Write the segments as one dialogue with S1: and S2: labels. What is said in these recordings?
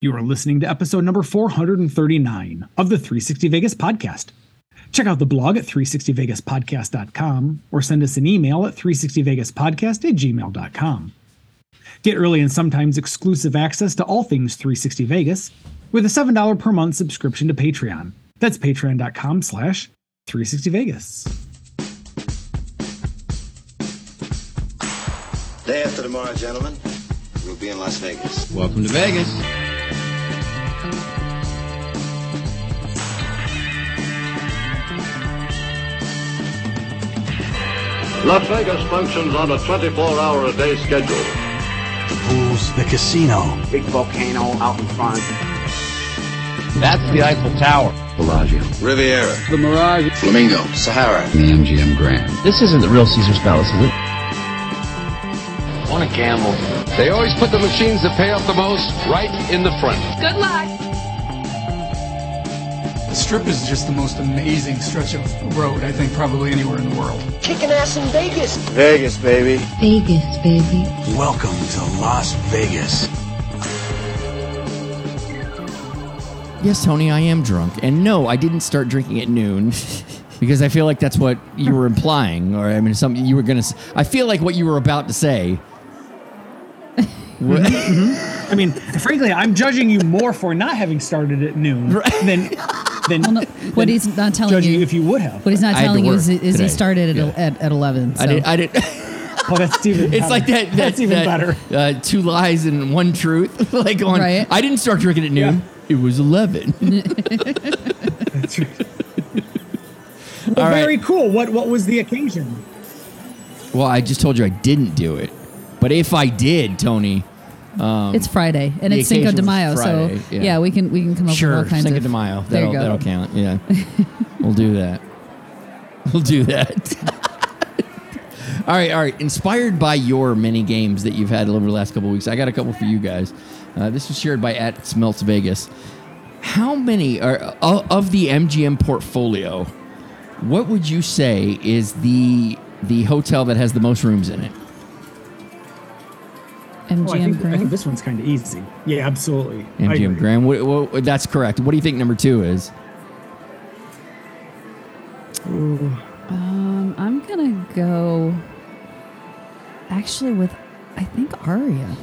S1: You are listening to episode number 439 of the 360 Vegas podcast. Check out the blog at 360vegaspodcast.com or send us an email at 360vegaspodcast at gmail.com. Get early and sometimes exclusive access to all things 360 Vegas with a $7 per month subscription to Patreon. That's patreon.com slash 360vegas.
S2: Day after tomorrow, gentlemen, we'll be in Las Vegas.
S3: Welcome to Vegas.
S4: Las Vegas functions on a 24-hour-a-day schedule.
S5: Pools, the casino.
S6: Big volcano out in front.
S3: That's the Eiffel Tower.
S7: Bellagio.
S2: Riviera.
S8: The Mirage.
S2: Flamingo. Sahara.
S7: The MGM Grand.
S3: This isn't the real Caesar's Palace, is it?
S9: I want to gamble.
S10: They always put the machines that pay off the most right in the front.
S11: Good luck.
S12: The strip is just the most amazing stretch of road, I think, probably anywhere in the world.
S13: Kicking ass in Vegas.
S2: Vegas, baby.
S14: Vegas, baby.
S5: Welcome to Las Vegas.
S15: Yes, Tony, I am drunk. And no, I didn't start drinking at noon. because I feel like that's what you were implying, or I mean, something you were gonna. I feel like what you were about to say
S1: Mm-hmm. I mean, frankly, I'm judging you more for not having started at noon than than,
S16: well, no, what
S1: than
S16: he's not telling
S1: judging
S16: you
S1: if you would have.
S16: What he's not
S15: I had
S16: telling
S15: to
S16: you is,
S15: work
S16: is
S15: today.
S16: he started at,
S15: Yeah.
S16: at, at 11. So.
S15: I did. I did.
S1: Oh, that's even.
S15: It's like that. that
S1: that's even
S15: that,
S1: better.
S15: Uh, two lies and one truth. like on.
S16: Right.
S15: I didn't start drinking at noon. It was eleven.
S1: That's right. Well,
S15: All right.
S1: very cool. What what was the occasion?
S15: well, I just told you I didn't do it, but if I did, Tony,
S16: it's Friday, and
S15: um, the
S16: it's Cinco de
S15: occasion was
S16: Mayo,
S15: Friday,
S16: so
S15: yeah.
S16: yeah. we can we can come up with
S15: sure,
S16: all kinds
S15: Cinco
S16: of
S15: de Mayo.
S16: There
S15: That'll,
S16: you go.
S15: that'll count. Yeah, we'll do that. We'll do that. all right, all right. Inspired by your many games that you've had over the last couple of weeks, I got a couple for you guys. Uh, this was shared by at Smelts Vegas. How many are of of the MGM portfolio? What would you say is the the hotel that has the most rooms in it?
S1: Oh, I, think,
S16: MGM
S1: I think
S16: Grand.
S1: this one's kind of easy. Yeah, absolutely. I agree.
S15: MGM Grand. What, what, that's correct. What do you think number two is?
S16: Um, I'm gonna go actually with I think Aria.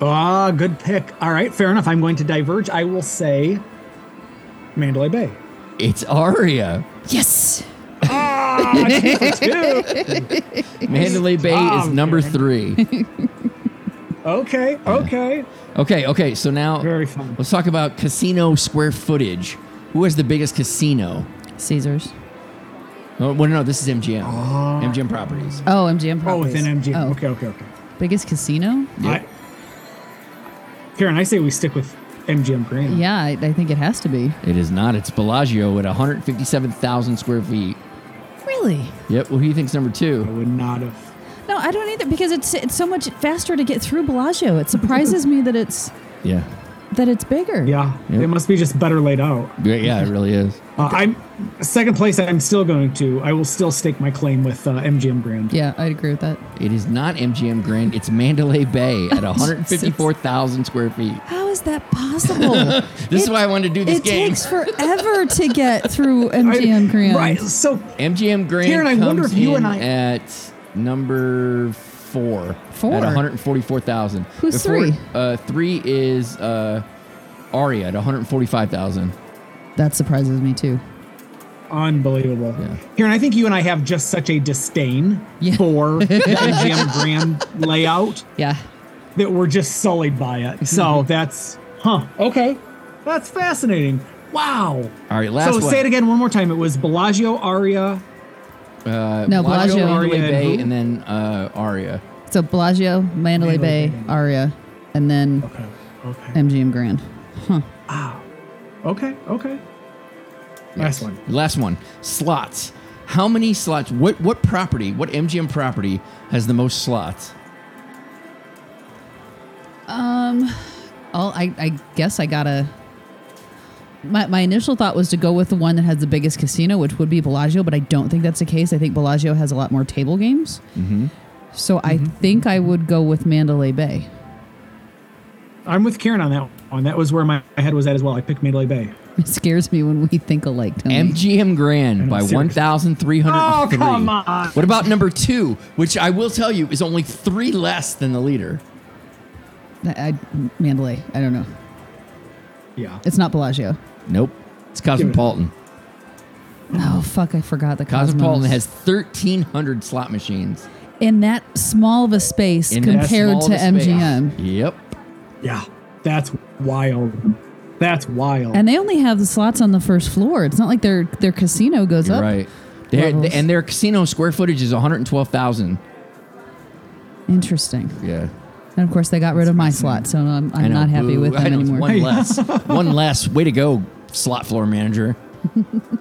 S1: Ah, good pick. All right, fair enough. I'm going to diverge. I will say Mandalay Bay.
S15: It's Aria.
S16: Yes,
S15: Mandalay Bay is
S1: Tom,
S15: number
S1: man.
S15: three.
S1: Okay, okay.
S15: Okay, okay. So now
S1: Very fun.
S15: let's talk about casino square footage. Who has the biggest casino?
S16: Caesars.
S15: Oh, well, no, this is MGM. MGM Properties.
S16: Oh, MGM.
S1: Oh,
S16: Properties.
S1: within MGM.
S16: Oh.
S1: Okay, okay, okay.
S16: Biggest casino?
S15: Yep.
S1: I, Karen, I say we stick with MGM Grand.
S16: Yeah, I, I think it has to be.
S15: It is not. It's Bellagio at 157,000 square feet.
S16: Really?
S15: Yep. Well, who do you think's number
S1: I
S15: two?
S1: would not have.
S16: No, I don't either because it's it's so much faster to get through Bellagio. It surprises me that it's
S15: Yeah.
S16: that it's bigger.
S1: Yeah,
S15: Yep.
S1: it must be just better laid out.
S15: Yeah, yeah, it really is.
S1: Uh, I'm second place. I'm still going to. I will still stake my claim with uh, MGM Grand.
S16: Yeah, I'd agree with that.
S15: It is not MGM Grand. It's Mandalay Bay at 154,000 square feet.
S16: How is that possible?
S15: This is
S16: It-
S15: why I wanted to do this
S16: It
S15: game.
S16: takes forever to get through
S1: I-
S16: MGM Grand.
S1: Right. So
S15: MGM Grand
S1: Karen, I
S15: comes
S1: wonder if you
S15: in
S1: and I-
S15: at number four.
S16: Four?
S15: At 144,000.
S16: Who's
S15: Before-
S16: three?
S15: Uh, three is uh, Aria at 145,000.
S16: That surprises me too.
S1: unbelievable.
S15: Yeah.
S1: Karen, I think you and I have just such a disdain
S16: Yeah.
S1: for the MGM Grand layout
S16: Yeah.
S1: that we're just sullied by it. So that's huh. Okay, that's fascinating. Wow.
S15: All right, last
S1: so
S15: one.
S1: say it again one more time. It was Bellagio, Aria.
S15: Uh,
S16: No, Bellagio,
S15: Mandalay
S1: Aria, and
S15: Bay,
S1: who?
S15: and then uh, Aria.
S16: So Bellagio,
S1: Mandalay
S16: Mandalay, Bay,
S1: Bay.
S16: Aria, and then
S1: Okay. Okay.
S16: MGM Grand.
S1: Okay. Okay. Last one.
S15: Last one. Slots. How many slots? What what property? What MGM property has the most slots?
S16: Um, all I, I guess I gotta. My, my initial thought was to go with the one that has the biggest casino, which would be Bellagio, but I don't think that's the case. I think Bellagio has a lot more table games. Mm-hmm. So I think I would go with Mandalay Bay.
S1: I'm with Karen on that one. That was where my head was at as well. I picked Mandalay Bay.
S16: It scares me when we think alike. Tony.
S15: MGM Grand by
S1: serious.
S15: 1,303.
S1: Oh, come on.
S15: What about number two, which I will tell you is only three less than the leader?
S16: I, I, Mandalay. I don't know.
S1: Yeah.
S16: It's not Bellagio.
S15: Nope. It's Cosmopolitan.
S16: Oh fuck! I forgot the
S15: Cosmopolitan has
S16: Cosmos.
S15: 1,300 slot machines.
S16: in that small of a space
S15: in that
S16: compared
S15: small
S16: to
S15: of a space.
S16: MGM.
S15: Yep.
S1: Yeah. That's wild. That's wild.
S16: And they only have the slots on the first floor. It's not like their their casino goes
S15: You're
S16: up.
S15: right. Their-
S16: Levels.
S15: and their casino square footage is 112,000.
S16: Interesting.
S15: Yeah.
S16: And of course, they got rid of my slot, so I'm,
S15: I
S16: I'm
S15: know.
S16: not happy
S15: Boo.
S16: with
S15: I
S16: them
S15: know, it's
S16: anymore.
S15: One less. one less. Way to go, slot floor manager. all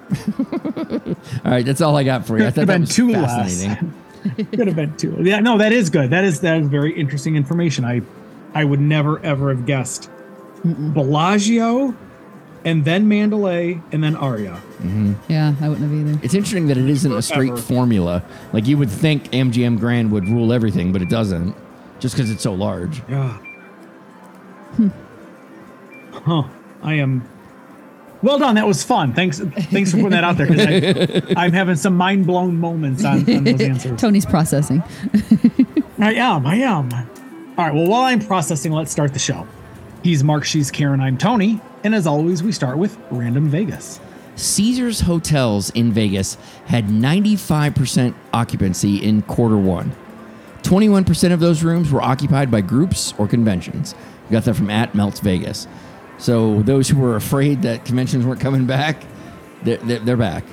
S15: right, that's all I got for you. I
S1: Could've
S15: thought that
S1: been
S15: was
S1: two less.
S15: fascinating.
S1: Could have been too. Yeah, no, that is good. That is that is very interesting information. I I would never ever have guessed Bellagio, and then Mandalay, and then Aria.
S16: Yeah, I wouldn't have either.
S15: It's interesting that it isn't a straight
S1: Forever.
S15: formula. Like you would think MGM Grand would rule everything, but it doesn't, just because it's so large.
S1: Yeah. Huh. I am. Well done. That was fun. Thanks. Thanks for putting that out there. 'cause I, I'm having some mind blown moments on, on those answers.
S16: Tony's processing.
S1: I am. I am. All right. Well, while I'm processing, let's start the show. He's Mark. She's Karen. I'm Tony. And as always, we start with Random Vegas.
S15: Caesars Hotels in Vegas had 95% occupancy in quarter one. 21% of those rooms were occupied by groups or conventions. We got that from at Melts Vegas. So those who were afraid that conventions weren't coming back, they're, they're, they're back.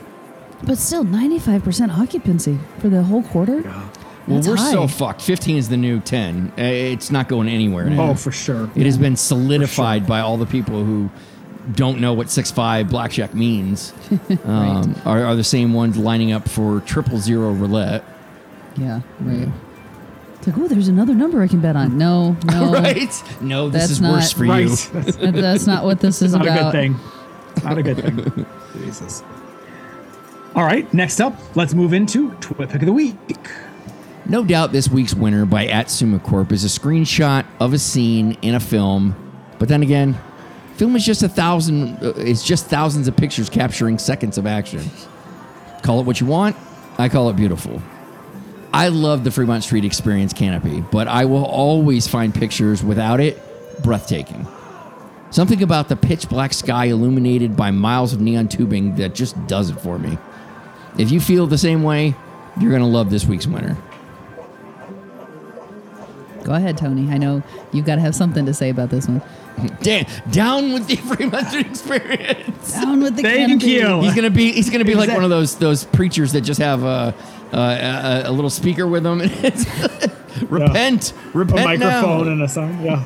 S16: But still, 95% occupancy for the whole quarter?
S15: Well,
S16: That's
S15: we're so
S16: high.
S15: fucked. 15 is the new 10. Uh, It's not going anywhere. now.
S1: Oh, for sure.
S15: It has been solidified by all the people who don't know what six five blackjack means. um, are, are the same ones lining up for triple zero roulette,
S16: Yeah, right. It's like, oh, there's another number I can bet on. No, no.
S15: right? No, this
S16: That's
S15: is worse
S16: not-
S15: for
S1: right.
S15: you.
S1: That's
S16: that- That's not what this is
S1: not
S16: about.
S1: a good thing. Not a good thing. Jesus. All right. Next up, let's move into Twit Pick of the Week.
S15: No doubt this week's winner by at Sumacorp is a screenshot of a scene in a film. But then again, film is just a thousand uh, it's just thousands of pictures capturing seconds of action. Call it what you want, I call it beautiful. I love the Fremont Street Experience canopy, but I will always find pictures without it breathtaking. Something about the pitch black sky illuminated by miles of neon tubing that just does it for me. If you feel the same way, you're going to love this week's winner.
S16: Go ahead, Tony. I know you've got to have something to say about this one.
S15: Dan, down with the Fremont Street experience.
S16: Down with the
S1: Thank
S16: canopy.
S1: you.
S15: He's gonna be he's gonna be like
S1: Exact-
S15: one of those those preachers that just have a a, a, a little speaker with them. repent, repent
S1: a microphone
S15: now.
S1: and a song. Yeah.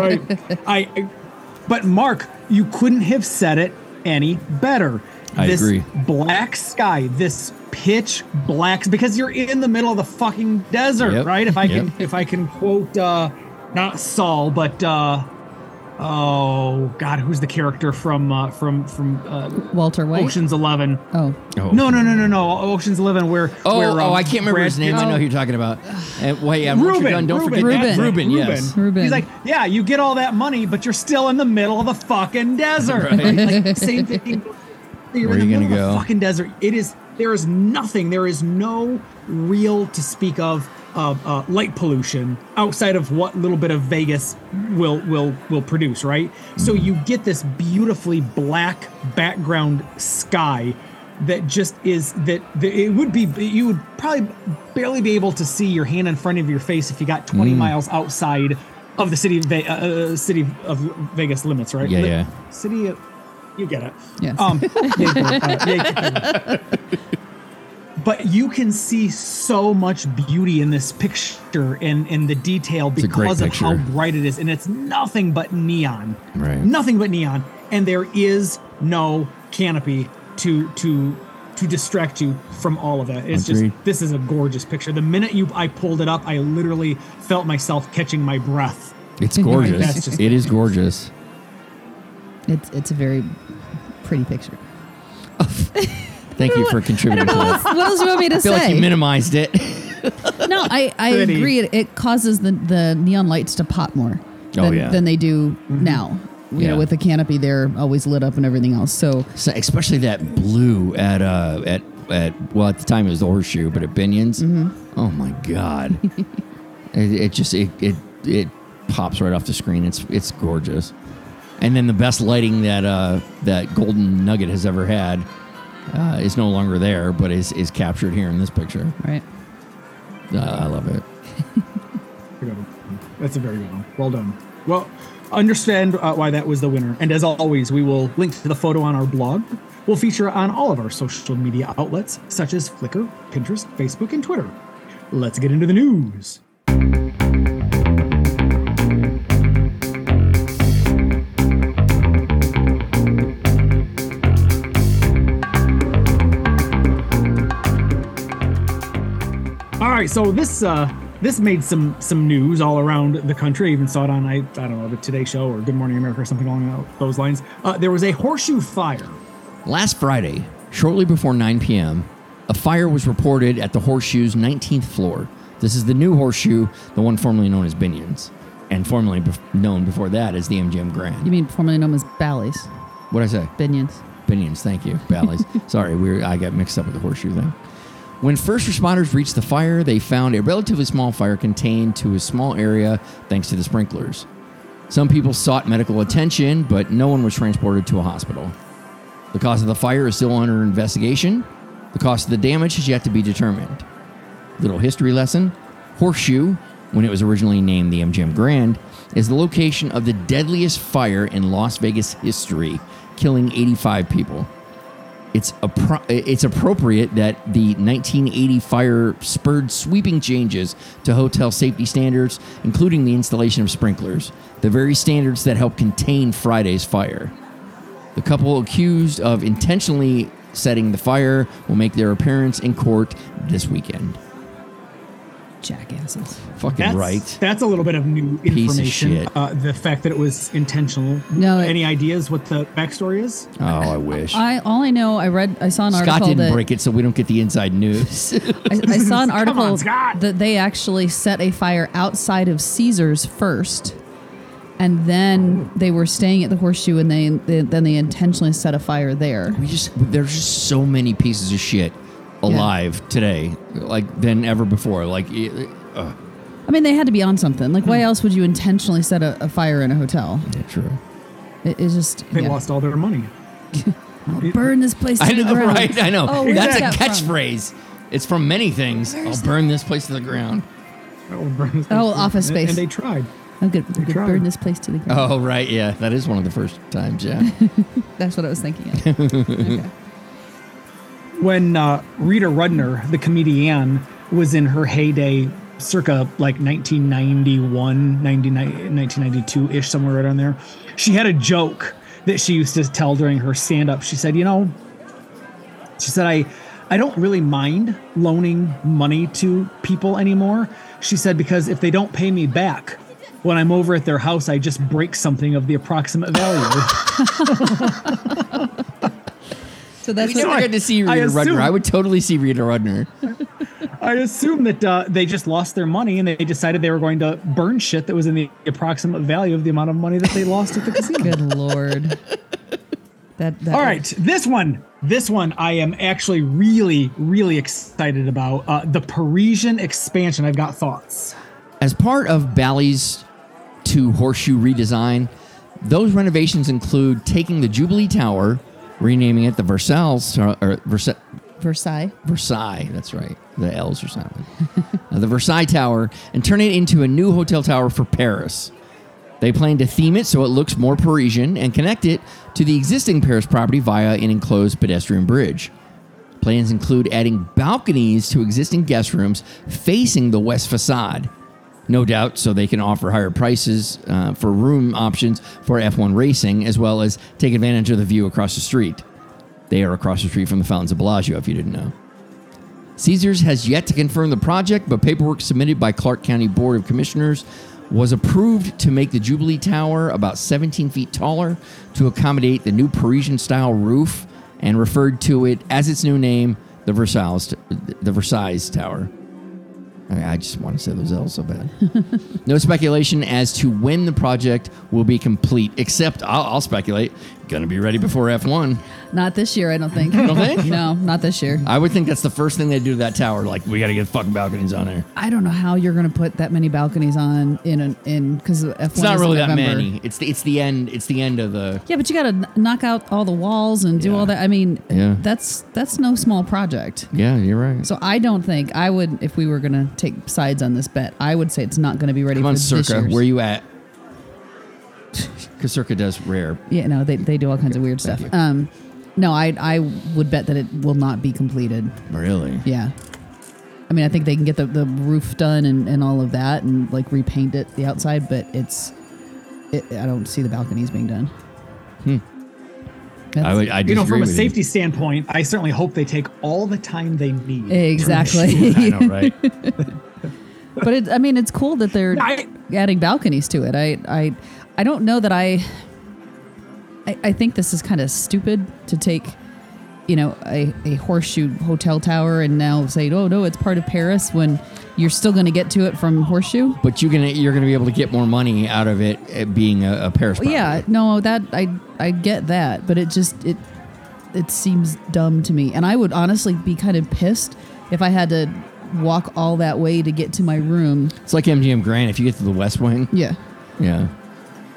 S1: right. I, I- But Mark, you couldn't have said it any better.
S15: I
S1: this
S15: agree.
S1: Black sky. This pitch black because you're in the middle of the fucking desert,
S15: Yep,
S1: right? If I can,
S15: yep.
S1: if I can quote, uh, not Saul, but uh, oh God, who's the character from uh, from from uh,
S16: Walter White.
S1: Ocean's Eleven?
S16: Oh,
S15: Oh.
S1: No, no, no, no, no. Ocean's Eleven, where
S15: Oh,
S1: where,
S15: oh,
S1: um,
S15: I can't remember
S1: Brad
S15: his name. I know who you're talking about. And, wait, yeah, once you're
S1: Ruben,
S15: done, don't
S1: Ruben,
S15: forget
S1: that's
S15: that.
S1: it,
S15: Ruben, yes.
S16: Ruben.
S1: He's like, yeah, you get all that money, but you're still in the middle of the fucking desert.
S15: Right.
S1: Like, same thing. You're
S15: Where
S1: in the
S15: you gonna
S1: middle of
S15: go?
S1: the fucking desert. It is. There is nothing. There is no real to speak of of uh, light pollution outside of what little bit of Vegas will will will produce. Right. So
S15: Mm.
S1: you get this beautifully black background sky that just is that, that it would be you would probably barely be able to see your hand in front of your face if you got 20
S15: Mm.
S1: miles outside of the city of Ve- uh, uh, city of Vegas limits right
S15: Yeah, yeah.
S1: city of you get it
S16: Yes.
S1: um yeah, yeah. but you can see so much beauty in this picture and in the detail
S15: a great
S1: because of how
S15: picture.
S1: bright it is and it's nothing but neon
S15: Right.
S1: nothing but neon and there is no canopy to to to distract you from all of that it's
S15: Agreed.
S1: just this is a gorgeous picture the minute you i pulled it up i literally felt myself catching my breath
S15: It's
S1: That's
S15: gorgeous.
S1: just-
S15: it is gorgeous.
S16: it's it's a very pretty picture.
S15: Thank you for contributing to that.
S16: what else do you want me to
S15: I feel like
S16: say?
S15: you minimized it.
S16: no, I, I
S1: Pretty.
S16: agree. It, it causes the, the neon lights to pop more.
S15: Oh,
S16: than,
S15: yeah.
S16: than they do now. You
S15: Yeah.
S16: know, with the canopy, they're always lit up and everything else. So
S15: So especially that blue at uh at at well at the time it was the horseshoe, but at Binion's. Oh my god! it, it just it, it it pops right off the screen. It's it's gorgeous, and then the best lighting that uh that Golden Nugget has ever had uh, is no longer there, but is is captured here in this picture.
S16: right.
S15: Uh, I love it.
S1: Very good. That's a very good one. Well done. Well, understand uh, why that was the winner. And as always, we will link to the photo on our blog. We'll feature on all of our social media outlets, such as Flickr, Pinterest, Facebook, and Twitter. Let's get into the news. All right, so this uh, this made some some news all around the country. I even saw it on I, I don't know the Today Show or Good Morning America or something along tho- those lines. Uh, there was a horseshoe fire.
S15: Last Friday, shortly before 9 p.m., a fire was reported at the Horseshoe's 19th floor. This is the new Horseshoe, the one formerly known as Binion's, and formerly bef- known before that as the MGM
S16: You
S15: Grand.
S16: mean formerly known as Bally's,
S15: What did I say?
S16: Binions.
S15: Binions, thank you. Bally's. Sorry, we were, I got mixed up with the horseshoe thing. When first responders reached the fire, they found a relatively small fire contained to a small area thanks to the sprinklers. Some people sought medical attention, but no one was transported to a hospital. The cause of the fire is still under investigation. The cost of the damage has yet to be determined. Little history lesson Horseshoe, when it was originally named the MGM Grand, is the location of the deadliest fire in Las Vegas history, killing 85 people. It's, appro- it's appropriate that the 1980 fire spurred sweeping changes to hotel safety standards, including the installation of sprinklers, the very standards that help contain Friday's fire. The couple accused of intentionally setting the fire will make their appearance in court this weekend.
S16: Jackasses.
S15: Fucking
S1: That's
S15: right.
S1: That's a little bit of new
S15: of
S1: information.
S15: shit.
S1: Uh, the fact that it was intentional.
S16: No, it-
S1: any ideas what the backstory is?
S15: Oh, I wish.
S16: I all I know, I read, I saw an
S15: Scott
S16: article
S15: didn't
S16: that
S15: break it, so we don't get the inside news.
S16: I, I saw an article
S1: Scott.
S16: that they actually set a fire outside of Caesar's first, and then they were staying at the Horseshoe, and they, they then they intentionally set a fire there.
S15: we just there's just so many pieces of shit alive today, like than ever before. Like, it- uh,
S16: I mean, they had to be on something. Like,
S15: Hmm.
S16: why else would you intentionally set a, a fire in a hotel?
S15: yeah, true.
S16: It, it's just
S1: They
S16: yeah.
S1: lost all their money.
S16: I'll burn this place.
S15: I
S16: to the
S15: know,
S16: ground.
S15: right? I know.
S16: Oh, where's
S15: That's a
S16: that from?
S15: catchphrase. It's from many things. I'll burn this place to the ground.
S16: Oh, Office
S1: And-
S16: Space.
S1: And they tried.
S16: I'm good. I'm good.
S1: tried.
S16: Burn this place to the ground.
S15: Oh, right. Yeah, that is one of the first times. Yeah.
S16: That's what I was thinking. Of. okay.
S1: when uh, Rita Rudner, the comedian, was in her heyday, circa like 1991, 1992 ish, somewhere right on there, she had a joke that she used to tell during her stand up. She said, You know, she said, I, I don't really mind loaning money to people anymore. She said, because if they don't pay me back, when I'm over at their house, I just break something of the approximate value.
S16: So that's
S15: we never
S16: what,
S15: got to see
S1: I
S15: Rita
S1: assume-
S15: Rudner. I would totally see Rita Rudner.
S1: I assume that uh, they just lost their money and they decided they were going to burn shit that was in the approximate value of the amount of money that they lost at the casino.
S16: good lord. That, that
S1: All right, this one, this one, I am actually really, really excited about uh, the Parisian expansion. I've got thoughts.
S15: As part of Bally's to Horseshoe redesign, those renovations include taking the Jubilee Tower, renaming it the Versailles, or, or Versa-
S16: Versailles.
S15: Versailles, that's right. The L's are silent. Uh, the Versailles Tower, and turn it into a new hotel tower for Paris. They plan to theme it so it looks more Parisian and connect it to the existing Paris property via an enclosed pedestrian bridge. Plans include adding balconies to existing guest rooms facing the west facade, no doubt, so they can offer higher prices uh, for room options for F1 racing, as well as take advantage of the view across the street. They are across the street from the Fountains of Bellagio, if you didn't know. Caesars has yet to confirm the project, but paperwork submitted by Clark County Board of Commissioners was approved to make the Jubilee Tower about 17 feet taller to accommodate the new Parisian style roof and referred to it as its new name, the Versailles, the Versailles Tower. I I just want to say those L's so bad. no speculation as to when the project will be complete, except I'll, I'll speculate, going to be ready before F1.
S16: Not this year, I don't think.
S15: You don't think?
S16: no, not this year.
S15: I would think that's the first thing they do to that tower. Like, we got to get fucking balconies on there.
S16: I don't know how you're going to put that many balconies on in an in because F1
S15: It's not
S16: is in
S15: really that
S16: November.
S15: many. It's the, it's the end. It's the end of the.
S16: Yeah, but you got to knock out all the walls and do
S15: Yeah.
S16: all that. I mean,
S15: Yeah.
S16: that's that's no small project.
S15: Yeah, you're right.
S16: So I don't think I would if we were going to take sides on this bet. I would say it's not going to be ready
S15: Come
S16: for
S15: on,
S16: this
S15: Circa.
S16: year's.
S15: Where you at? Because Circa does rare.
S16: Yeah, no, they, they do all kinds of weird
S15: Thank
S16: stuff.
S15: you.
S16: Um, no, I I would bet that it will not be completed.
S15: Really?
S16: Yeah. I mean, I think they can get the, the roof done and, and all of that and like repaint it the outside, but it's it, I don't see the balconies being done. Hmm.
S15: I would. I
S1: You know,
S15: disagree
S1: from a
S15: with
S1: safety standpoint, I certainly hope they take all the time they need.
S15: You. I
S16: exactly.
S15: know, right?
S16: but it, I mean, it's cool that they're
S1: I-
S16: adding balconies to it. I, I, I don't know that I. I, I think this is kind of stupid to take, you know, a, a horseshoe hotel tower and now say, oh no, it's part of Paris when you're still going to get to it from horseshoe.
S15: But you're gonna you're gonna be able to get more money out of it uh, being a, a Paris.
S16: Well, yeah,
S15: property.
S16: no, that I I get that, but it just it it seems dumb to me. And I would honestly be kind of pissed if I had to walk all that way to get to my room.
S15: It's like MGM Grand. If you get to the West Wing,
S16: Yeah.
S15: yeah,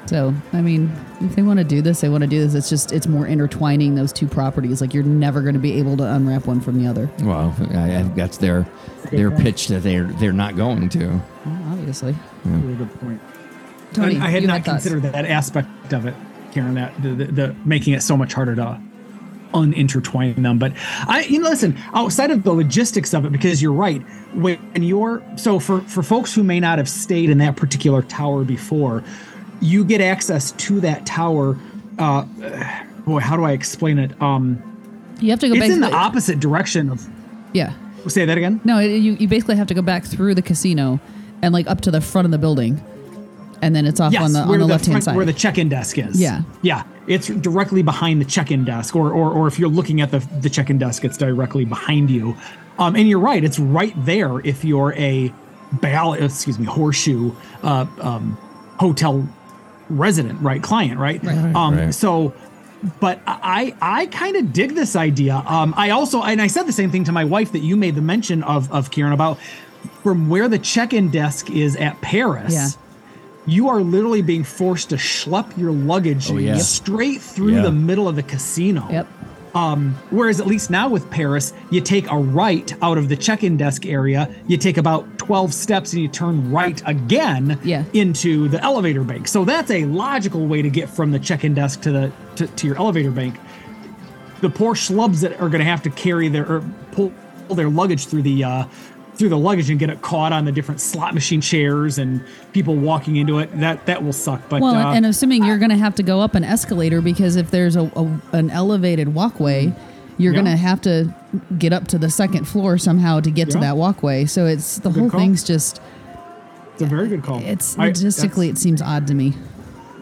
S16: So, I mean, if they want to do this, they want to do this. It's just it's more intertwining those two properties. Like you're never going to be able to unwrap one from the other.
S15: well, I, I, that's their their pitch that they're they're not going to.
S16: Well, obviously.
S1: Really good point.
S16: Tony,
S1: I had
S16: you
S1: not
S16: thoughts.
S1: considered that aspect of it, Karen. That the, the, the making it so much harder to unintertwine them. But I, you know, listen, outside of the logistics of it, because you're right. When you're so for for folks who may not have stayed in that particular tower before, you get access to that tower. Uh, boy, how do I explain it? Um,
S16: You have to go
S1: it's
S16: back
S1: in the opposite direction of.
S16: Yeah.
S1: Say that again.
S16: No, it, you, you basically have to go back through the casino and like up to the front of the building. And then it's off on the on
S1: where
S16: the left hand
S1: front-
S16: side.
S1: where the check-in desk is.
S16: Yeah.
S1: yeah, it's directly behind the check-in desk, or or, or if you're looking at the the check-in desk, it's directly behind you. Um, and you're right, it's right there if you're a ball, excuse me, horseshoe uh, um, hotel resident, right, client, right.
S16: Right.
S1: Um,
S15: Right.
S1: So, but I I kind of dig this idea. Um, I also and I said the same thing to my wife that you made the mention of of Kieran about from where the check-in desk is at Paris
S16: Yeah.
S1: you are literally being forced to schlep your luggage
S15: Oh, yeah.
S1: straight through
S15: Yeah.
S1: the middle of the casino.
S16: Yep.
S1: Um, whereas at least now with Paris, you take a right out of the check-in desk area, you take about 12 steps and you turn right again
S16: Yeah.
S1: into the elevator bank. So that's a logical way to get from the check-in desk to the to, to your elevator bank. The poor schlubs that are going to have to carry their or pull, pull their luggage through the uh, through the luggage and get it caught on the different slot machine chairs and people walking into it. That that will suck. But
S16: Well,
S1: uh,
S16: and, and assuming you're going to have to go up an escalator because if there's a, a an elevated walkway, you're
S1: Mm-hmm. Yeah.
S16: going to have to get up to the second floor somehow to get to
S1: Yeah.
S16: that walkway. So it's the
S1: Good
S16: whole
S1: call.
S16: thing's just
S1: it's a very good call.
S16: it's
S1: I-
S16: logistically it seems odd to me.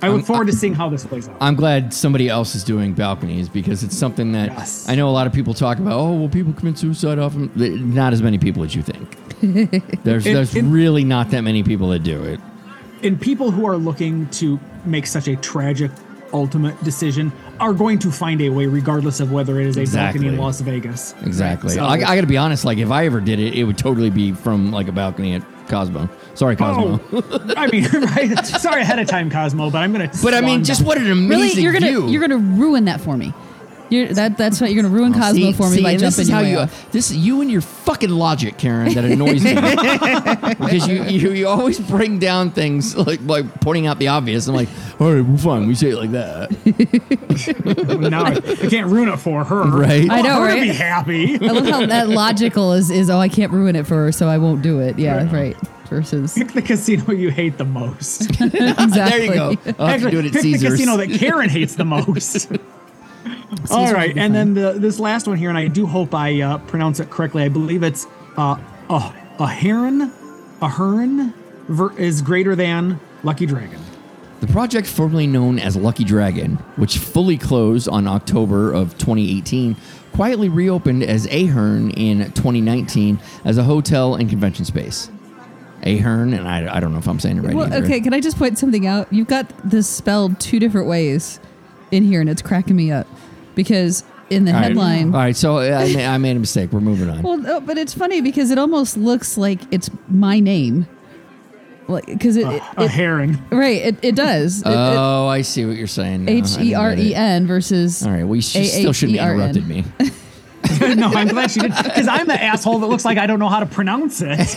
S1: I look forward to seeing how this plays out.
S15: I'm glad somebody else is doing balconies because it's something that
S1: Yes.
S15: I know a lot of people talk about. Oh, well, people commit suicide often. Th- Not as many people as you think. There's
S1: It-
S15: there's
S1: it-
S15: really not that many people that do it.
S1: and people who are looking to make such a tragic ultimate decision are going to find a way regardless of whether it is a
S15: Exactly.
S1: balcony in las vegas
S15: Exactly.
S1: So-
S15: I, I got to be honest. Like, if I ever did it, it would totally be from like a balcony at Cosmo. Sorry, Cosmo.
S1: oh, i mean right sorry ahead of time cosmo but i'm gonna
S15: But I
S1: swan
S15: mean, just
S1: down.
S15: what an amazing
S16: Really, you're gonna
S15: view.
S16: you're gonna ruin that for me. You're, that that's what you're gonna ruin Cosmo
S15: Oh, See-
S16: for me
S15: see,
S16: by
S15: and
S16: jumping
S15: this is
S16: your
S15: how
S16: way
S15: you
S16: off.
S15: this is you and your fucking logic, Karen, that annoys me because you, you you always bring down things like like pointing out the obvious. I'm like, all right, we're fine. We say it like that,
S1: now I, I can't ruin it for her
S15: right?
S16: I know,
S1: her to
S16: right?
S1: be happy
S16: I love how that logical is is oh I can't ruin it for her so I won't do it. Yeah, right. Versus
S1: pick the casino you hate the most
S16: exactly.
S15: There you go. I'll have to do it
S1: pick
S15: at
S1: the
S15: Caesars.
S1: casino that Karen hates the most. All
S16: would
S1: right,
S16: be
S1: and then
S16: fun.
S1: the, this last one here, and I do hope I uh, pronounce it correctly. I believe it's uh, a, a heron, a heron ver- is greater than Lucky Dragon.
S15: The project formerly known as Lucky Dragon, which fully closed on October of 2018, quietly reopened as Ahern in 2019 as a hotel and convention space. Ahern, and I, I don't know if I'm saying it right.
S16: Well,
S15: either.
S16: okay, can I just point something out? You've got this spelled two different ways in here, and it's cracking me up because in the
S15: All right.
S16: headline.
S15: All right, so uh, I, ma- I made a mistake. We're moving on.
S16: Well, no, but it's funny because it almost looks like it's my name, like because it, it,
S1: A
S16: it-
S1: herring.
S16: right it, it does
S15: oh, I see what you're saying. now. I didn't
S16: H
S15: get
S16: E R E
S15: it.
S16: N versus E
S15: All right, well, you sh- still shouldn't have
S16: A-H-E-R-N.
S15: interrupted me.
S1: no, I'm glad she did because I'm the asshole that looks like I don't know how to pronounce it.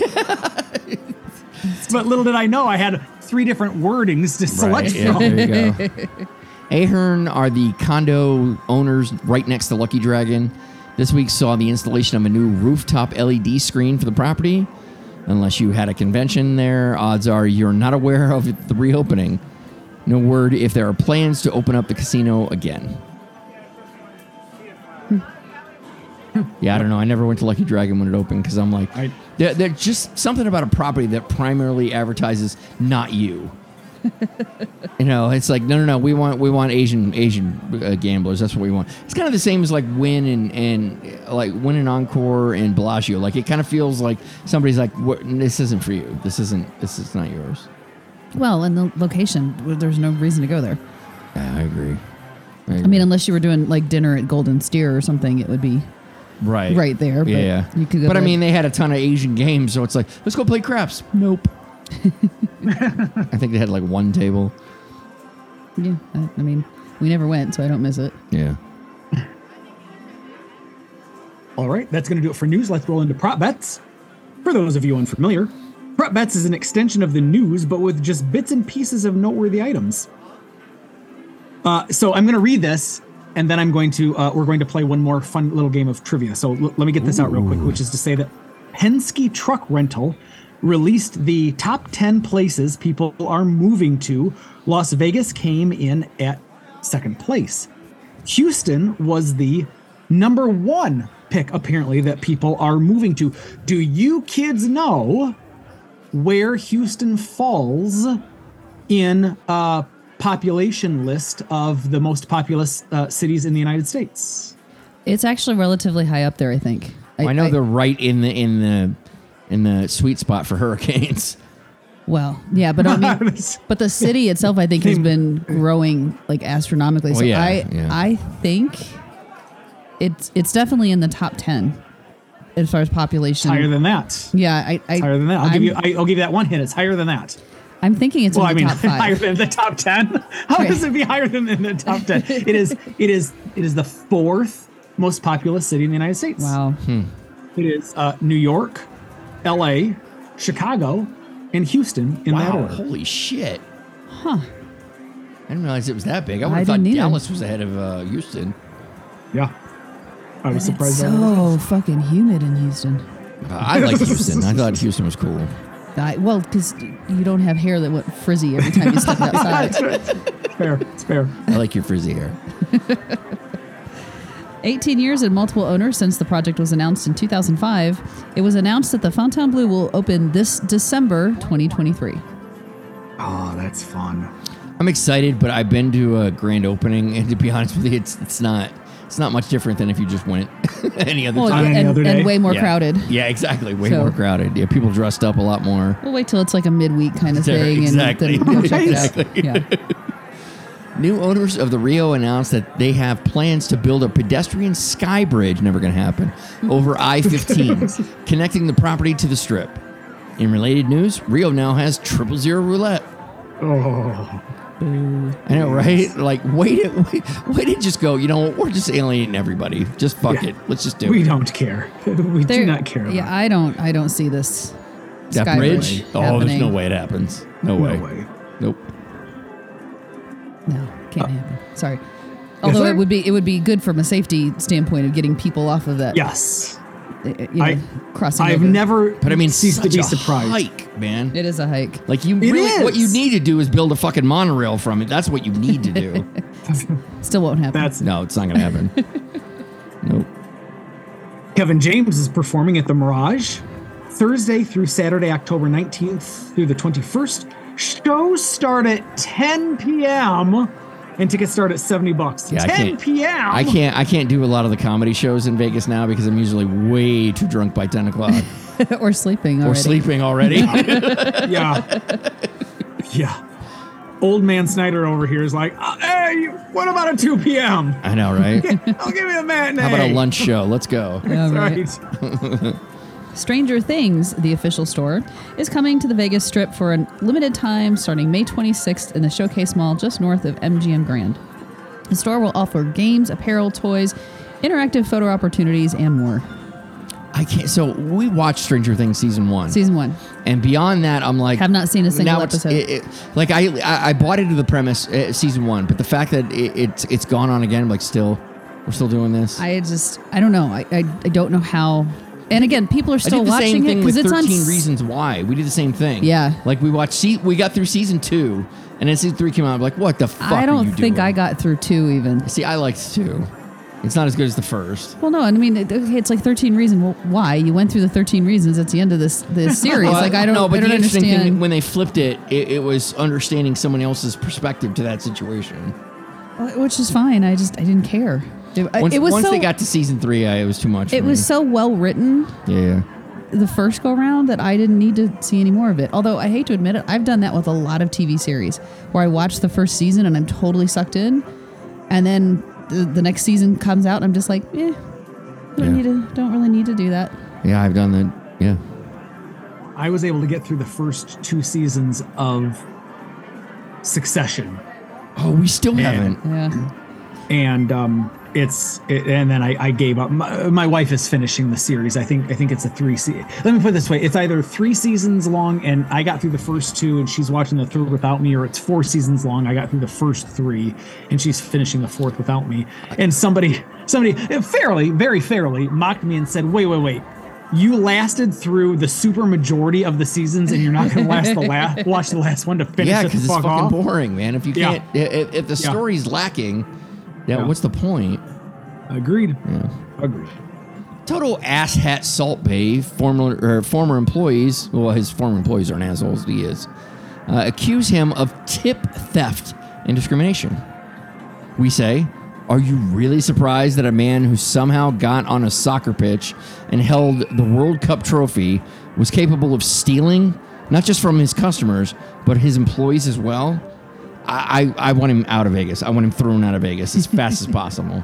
S1: but little did I know I had three different wordings to select
S15: Right, yeah,
S1: from.
S15: there you go. Ahern are the condo owners right next to Lucky Dragon. This week saw the installation of a new rooftop LED screen for the property. Unless you had a convention there, odds are you're not aware of the reopening. No word if there are plans to open up the casino again. Yeah, I don't know. I never went to Lucky Dragon when it opened because I'm like,
S1: I-
S15: there- there's just something about a property that primarily advertises not you. you know, it's like no, no, no. We want we want Asian Asian uh, gamblers. That's what we want. It's kind of the same as like Win and and uh, like Win and Encore and Bellagio. Like it kind of feels like somebody's like, what, this isn't for you. This isn't. This is not yours.
S16: Well, and the location, well, there's no reason to go there.
S15: Yeah, I agree.
S16: I mean, unless you were doing like dinner at Golden Steer or something, it would be.
S15: right
S16: right there, but
S15: yeah,
S16: you could go
S15: but I
S16: to-
S15: mean, they had a ton of Asian games, so it's like let's go play craps. Nope. I think they had like one table.
S16: Yeah, I, I mean, we never went, so I don't miss it.
S15: Yeah.
S1: All right, that's going to do it for news. Let's roll into prop bets. For those of you unfamiliar, prop bets is an extension of the news, but with just bits and pieces of noteworthy items. Uh, so I'm going to read this, and then I'm going to uh, we're going to play one more fun little game of trivia. So l- let me get this out real quick, which is to say that Penske Truck Rental released the top ten places people are moving to. Las Vegas came in at second place. Houston was the number one pick, apparently, that people are moving to. Do you kids know where Houston falls in a population list of the most populous uh, cities in the United States?
S16: It's actually relatively high up there, I think.
S15: I, know they're right in the in the in the sweet spot for hurricanes.
S16: Well, yeah, but I mean, but the city itself, I think, has been growing like astronomically. so
S15: Well, yeah,
S16: I,
S15: yeah.
S16: I think it's it's definitely in the top ten as far as population.
S1: Higher than that.
S16: yeah, I, I
S1: Higher than that. I'll
S16: am
S1: give you. I, I'll give you that one hint. It's higher than that.
S16: I'm thinking it's
S1: Well,
S16: in
S1: I
S16: the
S1: mean,
S16: top five.
S1: higher than the top ten. How
S16: Right.
S1: does it be higher than in the top ten? It is. It is. It is the fourth most populous city in the United States.
S16: wow.
S15: Hmm.
S1: It is uh, New York, L.A., Chicago, and Houston in that
S15: Wow!
S1: order.
S15: Holy shit! Huh? I didn't realize it was that big. I would
S16: I
S15: have thought
S16: didn't either.
S15: Dallas was ahead of uh, Houston.
S1: Yeah, I was surprised. by that.
S16: So fucking humid in Houston.
S15: Uh, I like Houston. I thought Houston was cool.
S16: I, well, because you don't have hair that went frizzy every time you step outside.
S1: It's fair. It's fair.
S15: I like your frizzy hair.
S16: 18 years and multiple owners since the project was announced in 2005. It was announced that the Fontainebleau will open this December 2023.
S1: Oh, that's fun.
S15: I'm excited, but I've been to a grand opening, and to be honest with you, it's it's not it's not much different than if you just went any other
S16: Well,
S1: On
S15: time.
S1: any
S16: and,
S1: other
S16: and
S1: day?
S16: way more
S15: Yeah.
S16: crowded.
S15: Yeah, exactly. Way
S16: So-
S15: more crowded. Yeah, people dressed up a lot more.
S16: We'll wait till it's like a midweek kind of
S15: There,
S16: thing,
S15: exactly.
S16: and then go check
S15: Exactly.
S16: it out. Yeah.
S15: New owners of the Rio announced that they have plans to build a pedestrian sky bridge, never going to happen, over I 15, connecting the property to the strip. In related news, Rio now has triple zero roulette.
S1: Oh,
S15: I know, right? Like, wait, it, wait, wait, it just go, you know what? We're just alienating everybody. Just fuck
S1: Yeah.
S15: it. Let's just do
S1: we
S15: it.
S1: don't care. We do
S16: There-
S1: not care. About
S16: Yeah, I don't. I don't see this.
S15: That
S16: sky
S15: bridge?
S16: bridge
S15: oh, there's no
S16: happening.
S15: way it happens. No,
S1: it.
S15: way.
S1: No way.
S15: Nope.
S16: No,
S15: Uh,
S16: can't happen. Sorry. Although
S1: there-
S16: it would be it would be good from a safety standpoint of getting people off of that.
S1: Yes,
S16: uh, You know,
S1: I-
S16: crossing.
S1: I've
S16: over.
S1: never.
S15: But I mean,
S1: ceased to
S15: such
S1: be
S15: a
S1: surprised.
S15: hike, man.
S16: It is a hike.
S15: like you
S1: It
S15: really, what you
S1: is.
S15: need to do is build a fucking monorail from it. That's what you need to do.
S16: Still won't happen.
S1: That's
S15: No, it's not gonna happen. nope.
S1: Kevin James is performing at the Mirage Thursday through Saturday, October 19th through the 21st. Shows start at 10 p.m. and tickets start at 70 bucks.
S15: Yeah, I
S1: 10
S15: can't-
S1: p.m.
S15: I can't. I can't do a lot of the comedy shows in Vegas now because I'm usually way too drunk by ten o'clock.
S16: or sleeping
S15: Or
S16: already.
S15: sleeping already.
S1: Yeah. yeah. Old man Snyder over here is like, "Uh, hey, you- what about a 2 p.m.?
S15: I know, right?
S1: I'll give you a matinee.
S15: How about a lunch show? Let's go.
S16: Yeah,
S1: That's
S16: right.
S1: right.
S16: Stranger Things, the official store, is coming to the Vegas Strip for a limited time starting May 26th in the Showcase Mall just north of MGM Grand. The store will offer games, apparel, toys, interactive photo opportunities, and more.
S15: I can't. So we watched Stranger Things season one.
S16: Season one.
S15: And beyond that, I'm like,
S16: Have not seen a single
S15: now it's-
S16: episode.
S15: it- it- like I, I, I bought into the premise uh, season one, but the fact that it, it's it's gone on again, I'm like still, we're still doing this.
S16: I just, I don't know. I, I, I don't know how. And again, people are
S15: I
S16: still
S15: did the
S16: watching
S15: same
S16: it
S15: thing with
S16: because it's on.
S15: 13
S16: s-
S15: Reasons Why. We did the same thing.
S16: Yeah.
S15: Like we watched, see, we got through season two, and then season three came out. I'm like, what the fuck?
S16: I
S15: are
S16: don't
S15: you
S16: think
S15: doing?
S16: I got through two even.
S15: See, I liked two. It's not as good as the first.
S16: Well, no, I mean, it- okay, it's like 13 reasons well, why you went through the 13 reasons. It's the end of this this series.
S15: Well,
S16: like I don't,
S15: no, but
S16: I don't
S15: the interesting
S16: understand.
S15: thing when they flipped it, it, it was understanding someone else's perspective to that situation.
S16: Wh- Uh, which is fine. I just I didn't care. Uh, It, I-
S15: Once,
S16: it was
S15: once
S16: so
S15: they got to season three, I, it was too much.
S16: it
S15: for
S16: was so well written
S15: me. yeah.
S16: the first go round that I didn't need to see any more of it. Although I hate to admit it, I've done that with a lot of TV series where I watch the first season and I'm totally sucked in, and then the, the next season comes out and I'm just like, eh, don't
S15: Yeah.
S16: need to, don't really need to do that.
S15: Yeah, I've done that. Yeah.
S1: I was able to get through the first two seasons of Succession,
S15: Oh, we still
S1: Yeah.
S15: haven't.
S16: Yeah,
S1: and um, it's it, and then I, I gave up. My, my wife is finishing the series. I think I think it's a three. Se- Let me put it this way: it's either three seasons long, and I got through the first two, and she's watching the third without me, or it's four seasons long. I got through the first three, and she's finishing the fourth without me. And somebody somebody uh, fairly, very fairly, mocked me and said, "Wait, wait, wait." You lasted through the super majority of the seasons, and you're not going to last the last watch the last one to finish
S15: Yeah,
S1: it the
S15: because it's
S1: fuck
S15: fucking
S1: off.
S15: boring, man. If you
S1: Yeah.
S15: can't, i- if, if the
S1: Yeah.
S15: story's lacking, yeah,
S1: Yeah.
S15: what's the point?
S1: Agreed. Agreed.
S15: Total asshat Salt Bay, former or former employees, well, his former employees aren't assholes, he is, uh, accuse him of tip theft and discrimination. We say, Are you really surprised that a man who somehow got on a soccer pitch and held the World Cup trophy was capable of stealing, not just from his customers, but his employees as well? I, I, I want him out of Vegas. I want him thrown out of Vegas as fast as possible.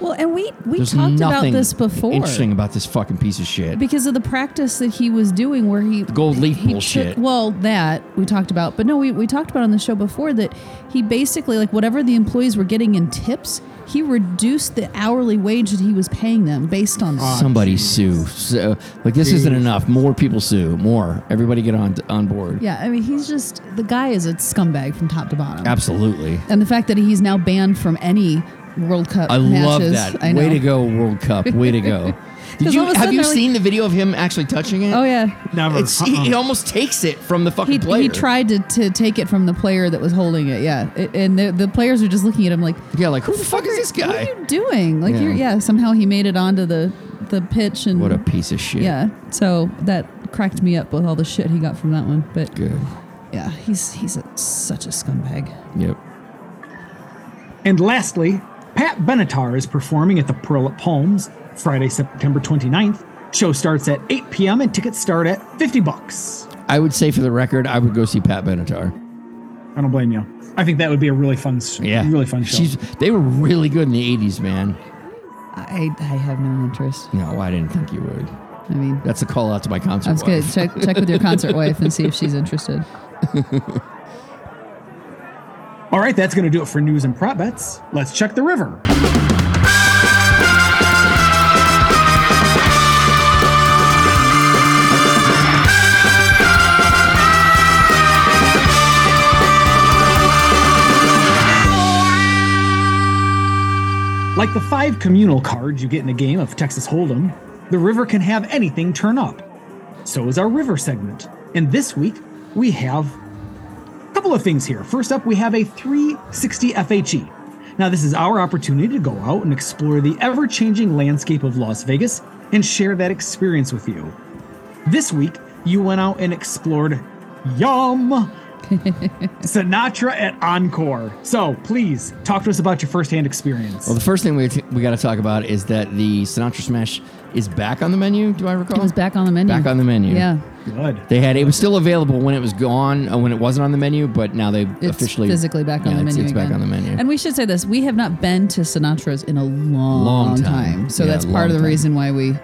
S16: well, and we we
S15: There's
S16: talked about
S15: nothing
S16: this before.
S15: Interesting about this fucking piece of shit.
S16: because of the practice that he was doing where he
S15: gold leaf
S16: he
S15: bullshit.
S16: took- well that we talked about but no we, we talked about on the show before that he basically like whatever the employees were getting in tips he reduced the hourly wage that he was paying them based on
S1: Ah,
S16: that.
S15: Somebody sue. So, like this isn't enough. More people sue. More. Everybody get on on board.
S16: yeah i mean he's just the guy is a scumbag from top to bottom
S15: Absolutely.
S16: and the fact that he's now banned from any world cup
S15: I
S16: matches
S15: love that.
S16: I
S15: Way
S16: know.
S15: to go, World Cup. Way to go.
S16: 'Cause
S15: Did you
S16: all of a
S15: have
S16: sudden
S15: you
S16: they're like-
S15: seen the video of him actually touching it?
S16: oh yeah
S1: Never.
S15: It's, he,
S1: Uh-uh.
S15: he almost takes it from the fucking
S16: he,
S15: player.
S16: he tried to, to take it from the player that was holding it yeah It- and the, the players are just looking at him like
S15: Yeah, like who the fuck is this
S16: What are
S15: guy?
S16: you doing? Like
S15: Yeah.
S16: you're yeah, somehow he made it onto the the pitch and
S15: What a piece of shit.
S16: yeah. So that cracked me up with all the shit he got from that one. But
S15: Good.
S16: yeah, he's he's a, such a scumbag.
S15: Yep.
S1: And lastly, Pat Benatar is performing at the Pearl at Palms Friday, September 29th. Show starts at 8 p.m. and tickets start at 50 bucks.
S15: I would say for the record, I would go see Pat Benatar.
S1: I don't blame you. I think that would be a really fun, s-
S15: Yeah.
S1: really fun show.
S15: She's, they were really good in the 80s, man.
S16: I I have no interest.
S15: No, I didn't think you would.
S16: I mean,
S15: That's a call out to my concert.
S16: I was gonna
S15: wife.
S16: check check with your concert wife and see if she's interested.
S1: All right, that's going to do it for news and prop bets. Let's check the river. Like the five communal cards you get in a game of Texas Hold'em, the river can have anything turn up. So is our river segment. And this week, we have couple of things here. First up, we have a 360 FHE. E. Now, this is our opportunity to go out and explore the ever changing landscape of Las Vegas and share that experience with you. This week, you went out and explored Yum Sinatra at Encore. So please talk to us about your firsthand experience.
S15: Well, the first thing we, t- we got to talk about is that the Sinatra Smash is back on the menu. Do I recall?
S16: It was back on the menu.
S15: Back on the menu.
S16: Yeah.
S1: Good.
S15: They had it was still available when it was gone, uh, when it wasn't on the menu, but now they
S16: It's
S15: officially
S16: physically back on
S15: Yeah,
S16: the
S15: it's-
S16: menu.
S15: It's back on
S16: again.
S15: the menu.
S16: And we should say this: we have not been to Sinatra's in a long,
S15: Long time.
S16: So
S15: Yeah,
S16: that's part
S15: long
S16: of the
S15: time.
S16: reason why we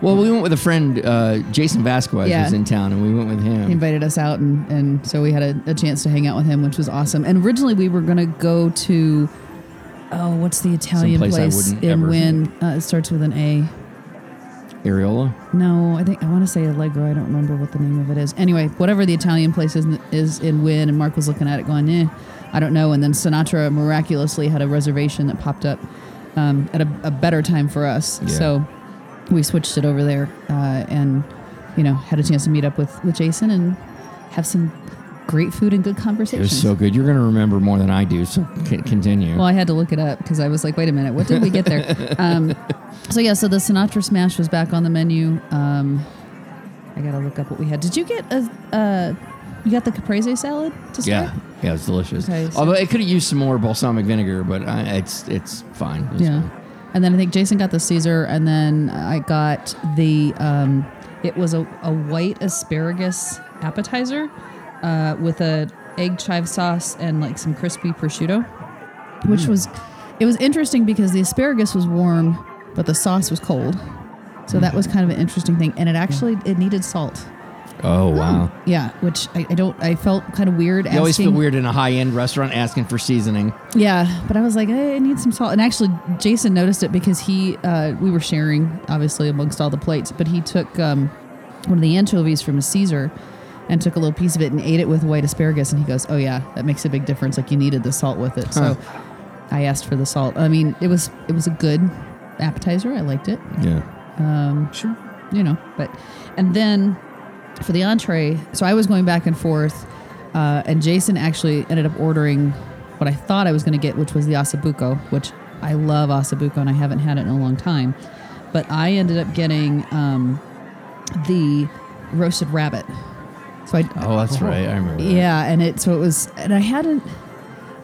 S15: well, we went with a friend, uh, Jason Vasquez,
S16: Yeah.
S15: was in town, and we went with him.
S16: He invited us out, and, and so we had a, a chance to hang out with him, which was awesome. And originally, we were going to go to, oh, what's the Italian
S15: Someplace I
S16: place
S15: wouldn't
S16: in
S15: ever-
S16: Wynn? Uh, it starts with an A.
S15: Areola.
S16: No, I think I want to say Allegro. I don't remember what the name of it is. Anyway, whatever the Italian place is, is in Wynn, and Mark was looking at it going, eh, I don't know. And then Sinatra miraculously had a reservation that popped up um, at a, a better time for us.
S15: Yeah.
S16: So we switched it over there uh, and, you know, had a chance to meet up with, with Jason and have some great food and good
S15: It
S16: conversations.
S15: was so good. You're going to remember more than I do, so c- continue.
S16: Well, I had to look it up because I was like, wait a minute, what did we get there? um, so yeah, so the Sinatra Smash was back on the menu. Um, I gotta look up what we had. Did you get a? Uh, you got the caprese salad to start.
S15: yeah, yeah, it was delicious.
S16: Okay, so-
S15: Although it could have used some more balsamic vinegar, but I, it's it's fine. It's
S16: Yeah.
S15: fine.
S16: And then I think Jason got the Caesar, and then I got the. Um, it was a, a white asparagus appetizer uh, with a egg chive sauce and like some crispy prosciutto, which
S15: Mm.
S16: was it was interesting because the asparagus was warm, but the sauce was cold. So that
S15: Mm.
S16: was kind of an interesting thing, and it actually it needed salt.
S15: Oh wow.
S16: Yeah, which I, I don't. I felt kind of weird.
S15: You always feel
S16: asking-
S15: weird in a high end restaurant asking for seasoning.
S16: yeah, but I was like, eh, I need some salt. And actually, Jason noticed it because he, uh, we were sharing, obviously, amongst all the plates, but he took um, one of the anchovies from a Caesar and took a little piece of it and ate it with white asparagus. And he goes, Oh, yeah, that makes a big difference. Like, you needed the salt with it. So I asked for the salt. I mean, it was, it was a good appetizer. I liked it
S15: Yeah.
S1: Sure.
S16: you know, but and then for the entree, so I was going back and forth, uh, and Jason actually ended up ordering what I thought I was going to get, which was the asabuco, which I love asabuco, and I haven't had it in a long time. But I ended up getting um, the roasted rabbit. So I,
S15: Oh, that's right. I remember. That.
S16: yeah, and it so it was, and I hadn't.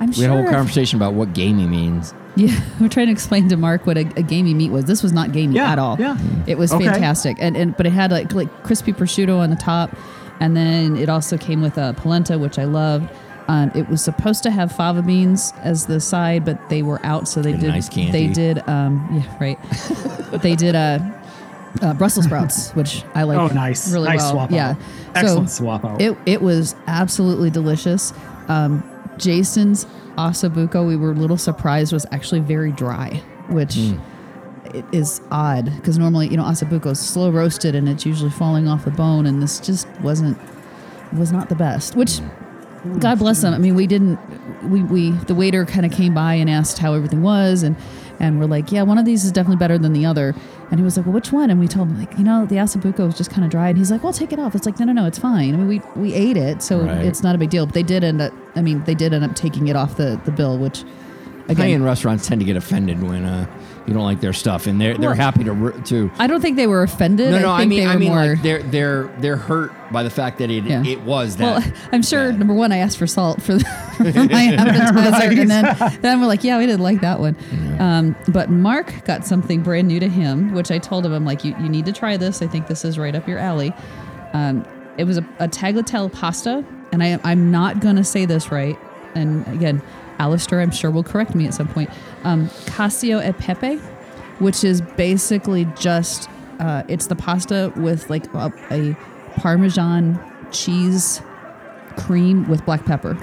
S16: I'm
S15: We
S16: sure.
S15: had a whole
S16: if-
S15: conversation about what gamey means.
S16: yeah, we're trying to explain to Mark what a, a gamey meat was. This was not gamey
S1: Yeah,
S16: at all.
S1: yeah.
S16: it was
S1: Okay.
S16: fantastic, and, and but it had like like crispy prosciutto on the top, and then it also came with a polenta, which I loved. Um, it was supposed to have fava beans as the side, but they were out, so they
S15: And
S16: did.
S15: nice candy.
S16: They did. Um, yeah, right. they did uh, uh, Brussels sprouts, which I like.
S1: Oh, nice.
S16: really
S1: Nice
S16: well.
S1: swap out.
S16: yeah,
S1: Excellent
S16: so
S1: swap out.
S16: It it was absolutely delicious. Um, Jason's asabuco, we were a little surprised, was actually very dry, which i- is odd because normally you know asabuco is slow roasted and it's usually falling off the bone, and this just wasn't was not the best. Which God bless them. I mean, we didn't. We, we the waiter kind of came by and asked how everything was, and and we're like, yeah, one of these is definitely better than the other. And he was like, well, which one? And we told him like, you know, the asabuco was just kind of dry. And he's like, well, take it off. It's like, no, no, no, it's fine. I mean, we we ate it, so
S15: Right.
S16: it's not a big deal. But they did end up. I mean, they did end up taking it off the the bill, which
S15: High end
S16: again.
S15: restaurants tend to get offended when uh, you don't like their stuff, and they're they're
S16: Well-
S15: happy to re- to.
S16: I don't think they were offended.
S15: No, no,
S16: I
S15: I
S16: think
S15: mean,
S16: they were
S15: I mean,
S16: more.
S15: like they're they're they're hurt by the fact that it
S16: Yeah.
S15: it was
S16: well,
S15: that.
S16: I'm sure
S15: bad.
S16: number one, I asked for salt for, the, for my appetizer, and then, then we're like, yeah, we didn't like that one. Um, but Mark got something brand new to him, which I told him, I'm like, you, you need to try this. I think this is right up your alley. Um, it was a, a tagliatelle pasta, and I, I'm not gonna say this right. And again, Alistair, I'm sure will correct me at some point. Um, Casio e Pepe, which is basically just uh, it's the pasta with like a, a Parmesan cheese cream with black pepper.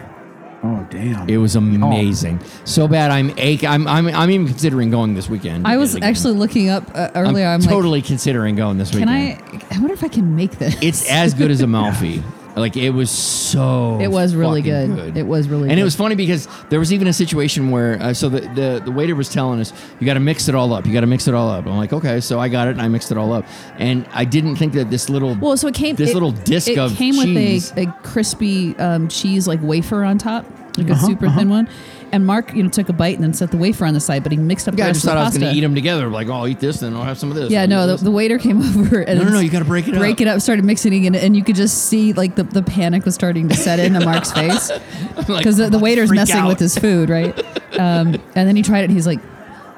S1: Oh damn.
S15: It was amazing, so bad. I'm ache. I'm, I'm I'm even considering going this weekend.
S16: I was
S15: again.
S16: actually looking up uh, earlier. I'm,
S15: I'm totally considering going this
S16: like,
S15: weekend.
S16: can I? I wonder if I can make this.
S15: It's as good as Amalfi. Like it was so.
S16: It was really
S15: fucking
S16: good. It was really
S15: and it
S16: good.
S15: was funny because there was even a situation where uh, so the, the the waiter was telling us you got to mix it all up. You got to mix it all up. I'm like okay, so I got it and I mixed it all up. And I didn't think that this little
S16: well, so it came
S15: this
S16: it-
S15: little disc
S16: it
S15: of
S16: came
S15: cheese.
S16: with a, a crispy um, cheese like wafer on top. like
S15: Uh-huh,
S16: a super thin one. And Mark, you know, took a bite and then set the wafer on the side, but he mixed up
S15: Yeah,
S16: the
S15: I
S16: rest
S15: just thought
S16: of the
S15: I was
S16: pasta.
S15: going to eat them together. Like, oh, I'll eat this, then I'll have some of this.
S16: Yeah,
S15: I'll
S16: no,
S15: eat
S16: the,
S15: this.
S16: the waiter came over and
S15: No, no, no, you gotta break it up.
S16: Break it up, started mixing it, and, and you could just see like the, the panic was starting to set into Mark's face
S15: Like,
S16: because the, the waiter's
S15: freak
S16: messing
S15: out.
S16: with his food, right? Um, and then he tried it, and he's like,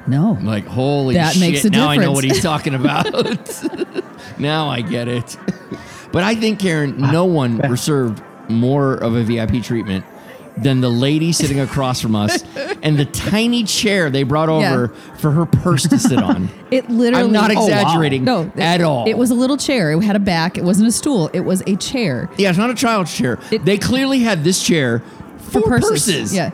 S16: no.
S15: Like, holy
S16: That
S15: shit.
S16: makes a
S15: now I know
S16: difference.
S15: what he's talking about. now I get it. But I think, Karen, no one reserved more of a VIP treatment than the lady sitting across from us and the tiny chair they brought over for her purse to sit on.
S16: It literally. Oh,
S15: I'm not exaggerating
S16: No, it-
S15: at all.
S16: It was a little chair. It had a back. It wasn't a stool. It was a chair.
S15: Yeah, it's not a child's chair.
S16: It-
S15: they clearly had this chair for, purses.
S16: Yeah.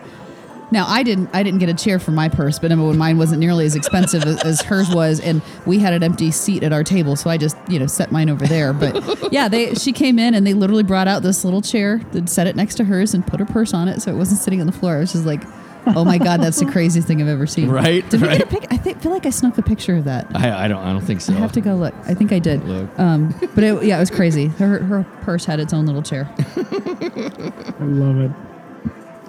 S16: Now I didn't I didn't get a chair for my purse, but Emma, mine wasn't nearly as expensive as, as hers was, and we had an empty seat at our table, so I just you know set mine over there. But yeah, they she came in and they literally brought out this little chair, and set it next to hers, and put her purse on it, so it wasn't sitting on the floor. I was just like, oh my god, that's the craziest thing I've ever seen.
S15: Right,
S16: Did we
S15: right.
S16: get a pic? I think, feel like I snuck a picture of that.
S15: I, I don't. I don't think so.
S16: I have to go look. I think I did.
S15: Look.
S16: Um, but it, yeah, it was crazy. Her her purse had its own little chair.
S1: I love it.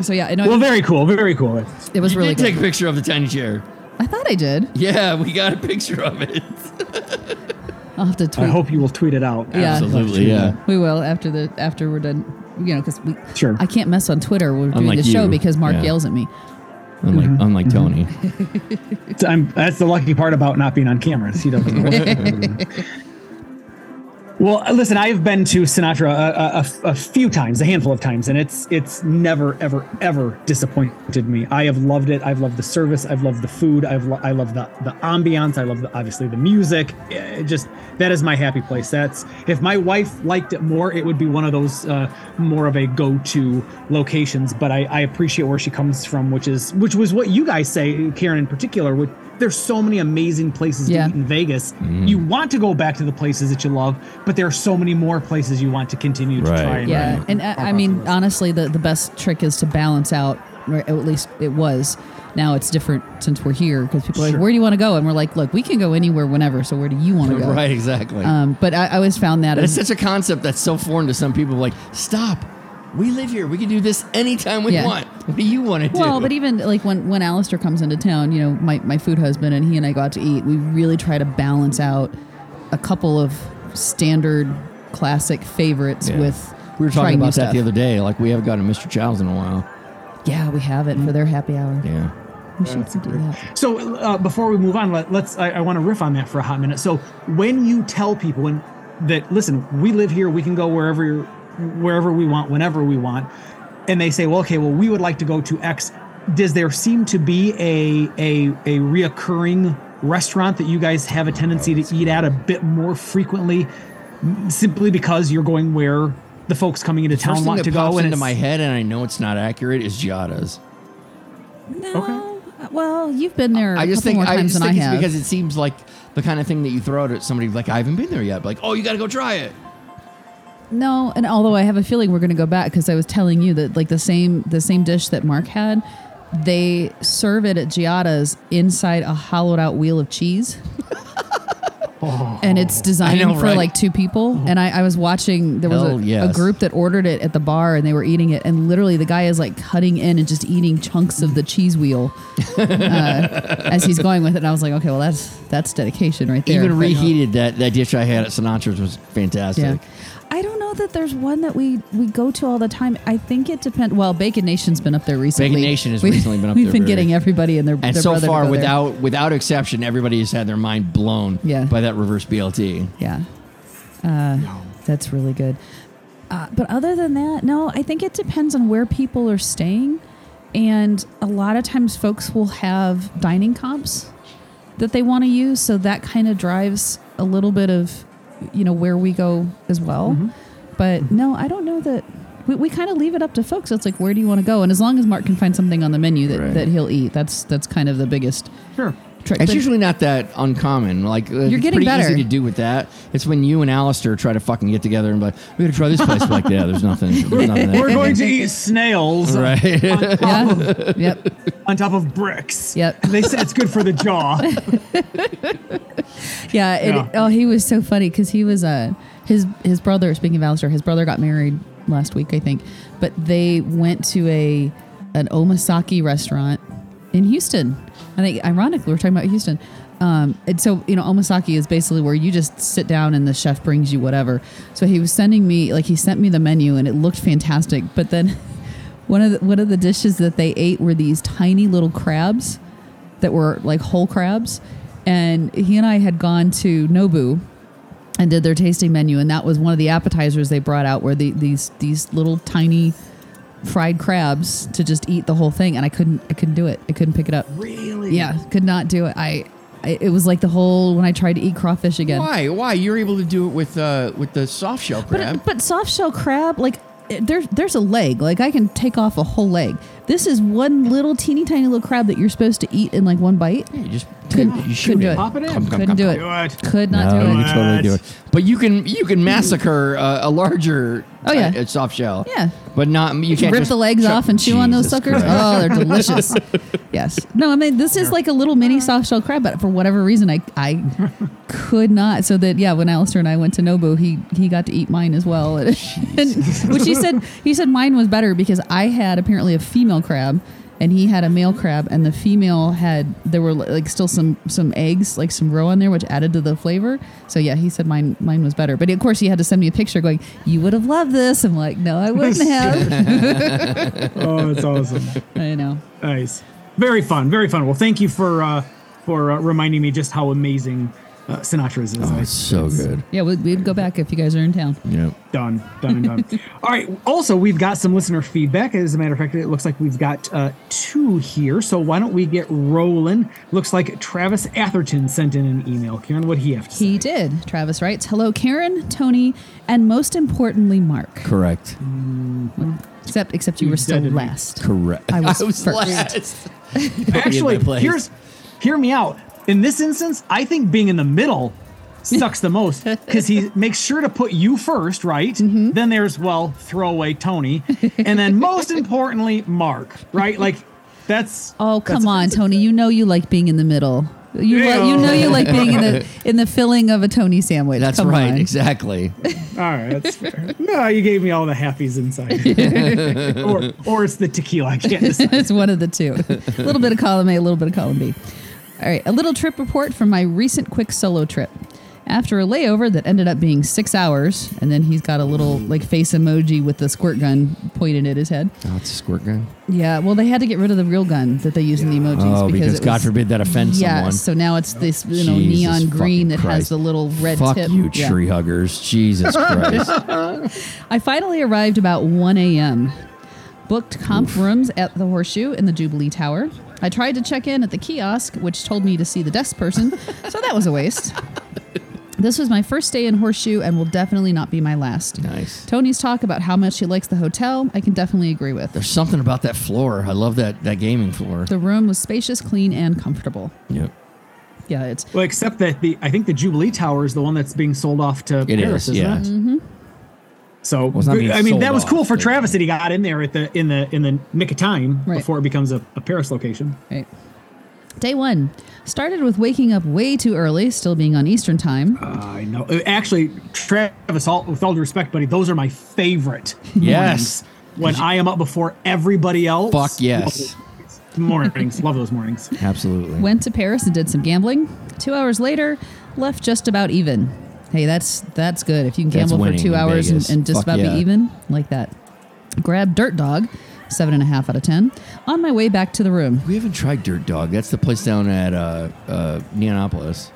S16: So yeah, I know
S1: Well, very cool. Very cool.
S16: it was
S15: You
S16: really
S15: did
S16: good.
S15: take a picture of the tiny chair.
S16: I thought I did.
S15: Yeah, we got a picture of it.
S16: I'll have to
S1: I
S16: tweet.
S1: hope you will tweet it out.
S16: Yeah.
S15: Absolutely. Yeah.
S16: We will after the after we're done. You know, because we
S1: Sure.
S16: I can't mess on Twitter. when We're doing
S15: Unlike
S16: the show
S15: you.
S16: because Mark
S15: Yeah.
S16: yells at me.
S15: Unlike unlike
S16: Mm-hmm.
S15: Tony.
S1: So I'm, that's the lucky part about not being on camera. is He doesn't. know what's going on. well, listen, I've been to Sinatra a, a- a, a few times, a handful of times, and it's it's never, ever, ever disappointed me. I have loved it. I've loved the service. I've loved the food. I've lo- I love the the ambiance. I love the, obviously the music. It just that is my happy place. That's if my wife liked it more, it would be one of those uh, more of a go to locations. But I, I appreciate where she comes from, which is which was what you guys say, Karen in particular. With there's so many amazing places
S16: Yeah.
S1: to eat in Vegas.
S15: Mm.
S1: You want to go back to the places that you love, but there are so many more places you want to continue to
S15: Right,
S1: try. And
S16: Yeah, and uh, I, I mean, honestly, the the best trick is to balance out, or at least it was. Now it's different since we're here because people are like, "Where do you want to go?" And we're like, "Look, we can go anywhere, whenever. So where do you want to go?"
S15: Right. Exactly.
S16: Um, but I, I always found that
S15: That's
S16: as,
S15: such a concept that's so foreign to some people. Like, stop. We live here. We can do this anytime we
S16: Yeah.
S15: want. What do you want to do?
S16: Well, but even like when when Alistair comes into town, you know, my my food husband and he and I go out to eat. We really try to balance out a couple of standard, classic favorites
S15: Yeah.
S16: with.
S15: we were talking
S16: trying new
S15: about that
S16: stuff.
S15: the other day. Like, we haven't gotten Mr. Chow's in a while.
S16: Yeah, we have it for their happy hour.
S15: Yeah.
S16: We should do that.
S1: So uh, before we move on, let, let's I, I want to riff on that for a hot minute. So when you tell people when, that listen, we live here, we can go wherever wherever we want, whenever we want, and they say, well, okay, well, we would like to go to X. Does there seem to be a a a reoccurring restaurant that you guys have a tendency to eat at a bit more frequently, m- simply because you're going where the folks coming into
S15: First
S1: town
S15: thing
S1: want to
S15: that pops
S1: go?
S15: into
S1: it's-
S15: my head, and I know it's not accurate, is Giada's.
S16: No, well, you've been there. I
S15: I just
S16: couple
S15: think,
S16: more
S15: I just
S16: times than
S15: think
S16: I
S15: it's
S16: have.
S15: because it seems like the kind of thing that you throw out at somebody like I haven't been there yet. Like, oh, you got to go try it.
S16: No, and although I have a feeling we're going to go back because I was telling you that like the same the same dish that Mark had, they serve it at Giada's inside a hollowed out wheel of cheese. And it's designed
S15: I know,
S16: for
S15: right?
S16: like two people. And I, I was watching, there was
S15: Hell
S16: a,
S15: yes.
S16: a group that ordered it at the bar and they were eating it. And literally, the guy is like cutting in and just eating chunks of the cheese wheel uh, as he's going with it. And I was like, okay, well, that's that's dedication right there.
S15: Even
S16: But- uh,
S15: reheated that that dish I had at Sinatra's was fantastic.
S16: I don't know that there's one that we we go to all the time. I think it depends. Well, Bacon Nation's been up there recently.
S15: Bacon Nation has
S16: We've-
S15: recently been up
S16: We've
S15: there
S16: been
S15: very-
S16: getting everybody and their
S15: And
S16: their
S15: so
S16: brother to
S15: far,
S16: go there.
S15: without without exception, everybody has had their mind blown
S16: Yeah.
S15: by that reverse BLT.
S16: yeah, uh, that's really good. Uh, but other than that, no, I think it depends on where people are staying, and a lot of times folks will have dining comps that they want to use, so that kind of drives a little bit of you know where we go as well.
S15: Mm-hmm.
S16: But no, I don't know that we, we kind of leave it up to folks. It's like where do you want to go, and as long as Mark can find something on the menu that,
S15: Right.
S16: that he'll eat, that's that's kind of the biggest
S1: Sure.
S16: trick.
S15: It's
S16: But-
S15: usually not that uncommon. Like you're
S16: getting
S15: pretty
S16: better.
S15: easy to do with that. It's when you and Alistair try to fucking get together and be like, we gotta try this place. We're like, yeah, there's nothing. There's nothing
S1: We're
S15: there."
S1: going to eat snails
S15: right.
S1: on top of
S16: yeah. yep.
S1: on top of bricks.
S16: Yep.
S1: They said it's good for the jaw.
S16: Yeah. It,
S1: Yeah.
S16: Oh, he was so funny because he was uh his his brother. Speaking of Alistair, his brother got married last week, I think. But they went to a an Omasaki restaurant in Houston. I think, ironically, we're talking about Houston. Um, and so, you know, Omasaki is basically where you just sit down and the chef brings you whatever. So he was sending me, like, he sent me the menu and it looked fantastic. But then one of the, one of the dishes that they ate were these tiny little crabs that were like whole crabs. And he and I had gone to Nobu and did their tasting menu, and that was one of the appetizers they brought out, where the, these these little tiny fried crabs to just eat the whole thing, and I couldn't I couldn't do it. I couldn't pick it up.
S15: Really?
S16: Yeah, could not do it. I, I it was like the whole when I tried to eat crawfish again.
S15: Why? Why? You're able to do it with uh with the soft shell crab.
S16: But, but soft shell crab, like eh, there's there's a leg. Like I can take off a whole leg. This is one little teeny tiny little crab that you're supposed to eat in like one bite.
S15: Yeah, you just
S16: Couldn't-
S15: yeah, you
S16: couldn't
S15: shoot
S16: do it.
S1: Pop it in.
S15: Come, come,
S16: Couldn't
S15: come,
S16: do
S15: come.
S16: it. Could
S15: No,
S16: not do
S15: you
S16: it.
S15: can totally do it. But you can you can massacre uh, a larger
S16: Oh, yeah.
S15: uh, soft shell.
S16: Yeah.
S15: But not you can't
S16: rip
S15: just
S16: the legs
S15: chuck-
S16: off and chew on
S15: Jesus
S16: those suckers.
S15: Christ.
S16: Oh, they're delicious. yes. No, I mean this is like a little mini soft shell crab, but for whatever reason, I I could not. So that yeah, when Alistair and I went to Nobu, he he got to eat mine as well, and, which he said he said mine was better because I had apparently a female crab. And he had a male crab, and the female had there were like still some some eggs, like some roe on there, which added to the flavor. So yeah, he said mine mine was better. But of course, he had to send me a picture going, "You would have loved this." I'm like, "No, I wouldn't have."
S1: Oh, it's awesome.
S16: I know.
S1: Nice. Very fun. Very fun. Well, thank you for uh, for uh, reminding me just how amazing uh, Sinatra's is.
S15: Oh, it's so good.
S16: Yeah, we'd, we'd go back if you guys are in town.
S15: Yep.
S1: Done. Done and done. All right. Also, we've got some listener feedback. As a matter of fact, it looks like we've got uh, two here. So why don't we get rolling? Looks like Travis Atherton sent in an email. Karen, what would he have to say?
S16: He did. Travis writes, "Hello, Karen, Tony, and most importantly, Mark.
S15: Correct.
S16: Except, except you were still
S1: deaded me.
S16: last.
S15: Correct.
S16: I was first.
S15: last.
S1: Actually, here's hear me out. In this instance, I think being in the middle sucks the most because he makes sure to put you first, right? Then there's well, throwaway Tony, and then most importantly, Mark, right? Like that's
S16: Oh,
S1: that's
S16: come on,
S1: offensive.
S16: Tony. You know you like being in the middle. You li- you know you like being in the in the filling of a Tony sandwich.
S15: That's
S16: come
S15: right.
S16: on.
S15: Exactly.
S1: All right, that's fair. No, you gave me all the happies inside, or or it's the tequila. I can't decide.
S16: it's one of the two. A little bit of column A, a little bit of column B. All right, a little trip report from my recent quick solo trip. After a layover that ended up being six hours, and then he's got a little like face emoji with the squirt gun pointed at his head.
S15: Oh, it's a squirt gun.
S16: Yeah, well, they had to get rid of the real gun that they use in the emojis
S15: Oh, because,
S16: it
S15: God
S16: was-
S15: forbid that offends
S16: yeah,
S15: someone.
S16: so now it's this you know
S15: Jesus
S16: neon
S15: fucking
S16: green that has
S15: Christ.
S16: the little red
S15: Fuck
S16: tip.
S15: you,
S16: Yeah.
S15: tree huggers. Jesus Christ.
S16: I finally arrived about 1 a.m. Booked comp rooms at the Horseshoe in the Jubilee Tower. I tried to check in at the kiosk, which told me to see the desk person, so that was a waste. This was my first day in Horseshoe and will definitely not be my last.
S15: Nice.
S16: Tony's talk about how much he likes the hotel, I can definitely agree with.
S15: There's something about that floor. I love that that gaming floor.
S16: The room was spacious, clean, and comfortable.
S15: Yep.
S16: Yeah, it's
S1: Well, except that the I think the Jubilee Tower is the one that's being sold off to
S15: It
S1: Paris, isn't
S15: is. Yeah.
S1: it?
S16: Mm-hmm.
S1: So
S15: it's not
S1: but,
S15: being
S1: I mean,
S15: sold
S1: that was
S15: off,
S1: cool for
S15: but-
S1: Travis that he got in there at the in the in the nick of time
S16: Right.
S1: before it becomes a, a Paris location.
S16: Right. Day one started with waking up way too early, still being on Eastern time.
S1: I know. Uh, Actually, Travis, all, with all due respect, buddy, those are my favorite.
S15: Yes.
S1: mornings. when I am up before everybody else.
S15: Fuck yes.
S1: Love those mornings, love those mornings.
S15: Absolutely.
S16: Went to Paris and did some gambling. Two hours later, left just about even. Hey, that's that's good. If you can
S15: That's
S16: gamble for
S15: winning
S16: two
S15: in
S16: hours and,
S15: Vegas.
S16: and just
S15: Fuck
S16: about
S15: yeah.
S16: be even, like that. Grabbed Dirt Dog, seven and a half out of ten. On my way back to the room,
S15: we haven't tried Dirt Dog. That's the place down at uh, uh, Neonopolis.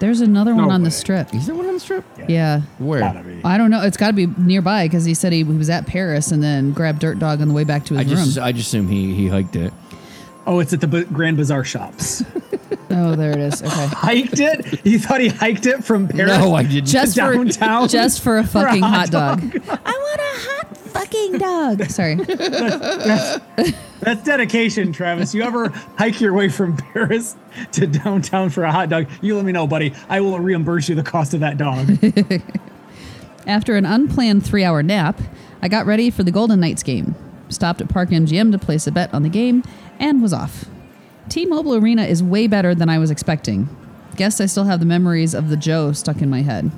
S16: there's another one
S1: No
S16: on
S1: way.
S16: the strip.
S15: Is there one on the strip?
S16: Yeah.
S15: Where?
S16: I don't know. It's got to be nearby because he said he, he was at Paris and then grabbed Dirt Dog on the way back to
S15: I
S16: his room.
S15: just I just assume he he hiked it.
S1: Oh, it's at the B- Grand Bazaar shops.
S16: oh, there it is. Okay.
S1: hiked it? You thought he hiked it from Paris?
S15: No, I didn't.
S16: just for
S1: Downtown
S16: just for a
S1: a
S16: fucking
S1: hot
S16: hot dog. I want a hot fucking dog. Sorry.
S1: That's dedication, Travis. You ever hike your way from Paris to downtown for a hot dog? You let me know, buddy. I will reimburse you the cost of that dog.
S16: After an unplanned three-hour nap, I got ready for the Golden Knights game. Stopped at Park MGM to place a bet on the game, and was off. T-Mobile Arena is way better than I was expecting. Guess I still have the memories of the Joe stuck in my head.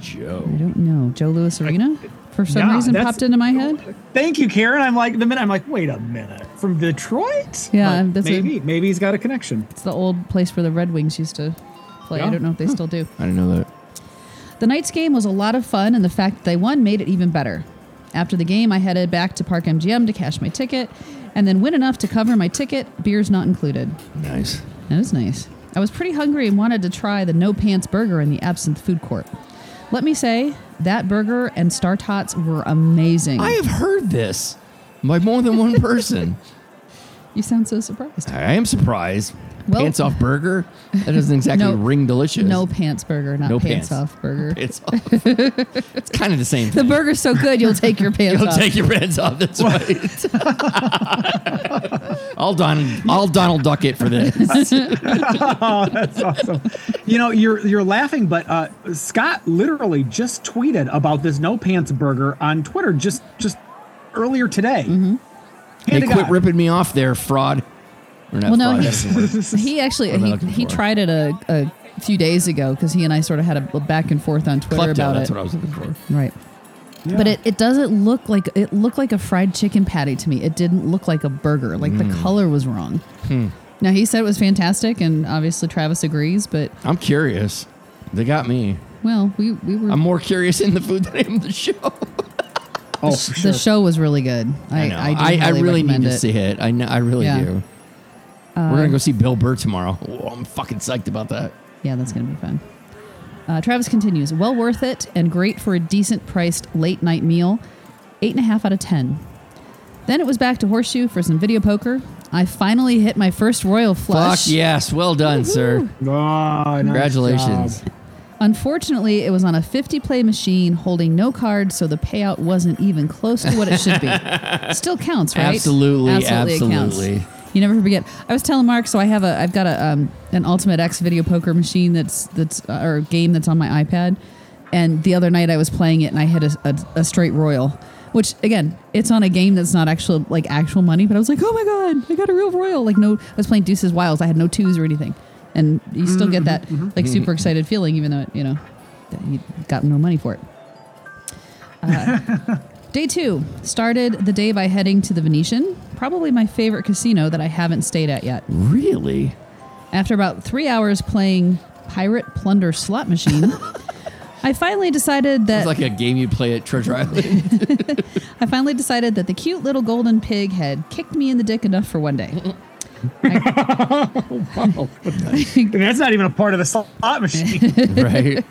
S15: Joe.
S16: I don't know Joe Louis Arena. for some
S1: Yeah,
S16: reason
S1: that's-
S16: popped into my head.
S1: Thank you, Karen. I'm like the minute I'm like, wait a minute, from Detroit?
S16: Yeah,
S1: Like,
S16: that's a-
S1: maybe maybe he's got a connection.
S16: It's the old place where the Red Wings used to play.
S1: Yeah.
S16: I don't know if they still do.
S15: I didn't know that.
S16: The Knights game was a lot of fun, and the fact that they won made it even better. After the game, I headed back to Park MGM to cash my ticket, and then win enough to cover my ticket, beers not included.
S15: Nice.
S16: That is nice. I was pretty hungry and wanted to try the No Pants burger in the Absinthe food court. Let me say, that burger and Star Tots were amazing.
S15: I have heard this by more than one person.
S16: you sound so surprised.
S15: I am surprised.
S16: Well-
S15: pants off burger? That doesn't exactly
S16: No.
S15: ring delicious.
S16: No Pants burger, not
S15: No
S16: Pants,
S15: pants.
S16: Off burger.
S15: Pants off. it's kind of the same
S16: The
S15: thing.
S16: burger's so good, you'll take your pants
S15: You'll
S16: off.
S15: take your pants off. That's right. I'll Donald, I'll Donald Duck it for this.
S1: You know, you're you're laughing, but uh, Scott literally just tweeted about this no pants burger on Twitter just just earlier today.
S15: hey,
S1: Hand to
S15: quit
S1: God.
S15: ripping me off there, fraud. Or not
S16: Well, no,
S15: fraud,
S16: he-
S15: that doesn't work.
S16: he actually
S15: What am I
S16: he,
S15: looking
S16: he
S15: for?
S16: tried it a, a few days ago because he and I sort of had a back and forth on Twitter
S15: Klepto,
S16: about
S15: that's
S16: it.
S15: what I was looking for.
S16: right. But it, it doesn't look like it looked like a fried chicken patty to me. It didn't look like a burger. Like
S15: Hmm.
S16: the color was wrong. Now he said it was fantastic, and obviously Travis agrees. But
S15: I'm curious. They got me.
S16: well, we we were
S15: I'm more curious in the food than Mm-hmm. I am the show.
S1: Oh,
S16: the,
S1: for
S16: sh-
S1: sure.
S16: the show was really good. I
S15: know.
S16: I, do
S15: I,
S16: highly
S15: really need to
S16: recommend it.
S15: see it. I know, I really
S16: Yeah.
S15: do. We're gonna go see Bill Burr tomorrow. Oh, I'm fucking psyched about that.
S16: Yeah, that's going to be fun. Uh, Travis continues. Well worth it and great for a decent priced late night meal. Eight and a half out of ten. Then it was back to Horseshoe for some video poker. I finally hit my first royal flush.
S15: Fuck yes, well done, sir.
S1: Ah, nice
S15: Congratulations.
S1: job.
S16: Unfortunately, it was on a 50 play machine holding no cards, so the payout wasn't even close to what it should be. Still counts, right?
S15: Absolutely,
S16: it counts.
S15: absolutely.
S16: You never forget. I was telling Mark, so I have a, I've got a um, an Ultimate X video poker machine that's that's uh, or game that's on my iPad, and the other night I was playing it and I hit a, a, a straight royal, which again, it's on a game that's not actual like actual money, but I was like, oh my god, I got a real royal. Like no, I was playing deuces wilds, I had no twos or anything, and you still
S15: Mm-hmm,
S16: get that like super excited feeling, even though it, you know that you got no money for it. Day two started the day by heading to the Venetian, probably my favorite casino that I haven't stayed at yet.
S15: Really?
S16: After about three hours playing Pirate Plunder Slot Machine, I finally decided that
S15: It's like a game you play at Treasure Island.
S16: I finally decided that the cute little golden pig had kicked me in the dick enough for one day.
S1: And that's not even a part of the slot machine.
S15: right?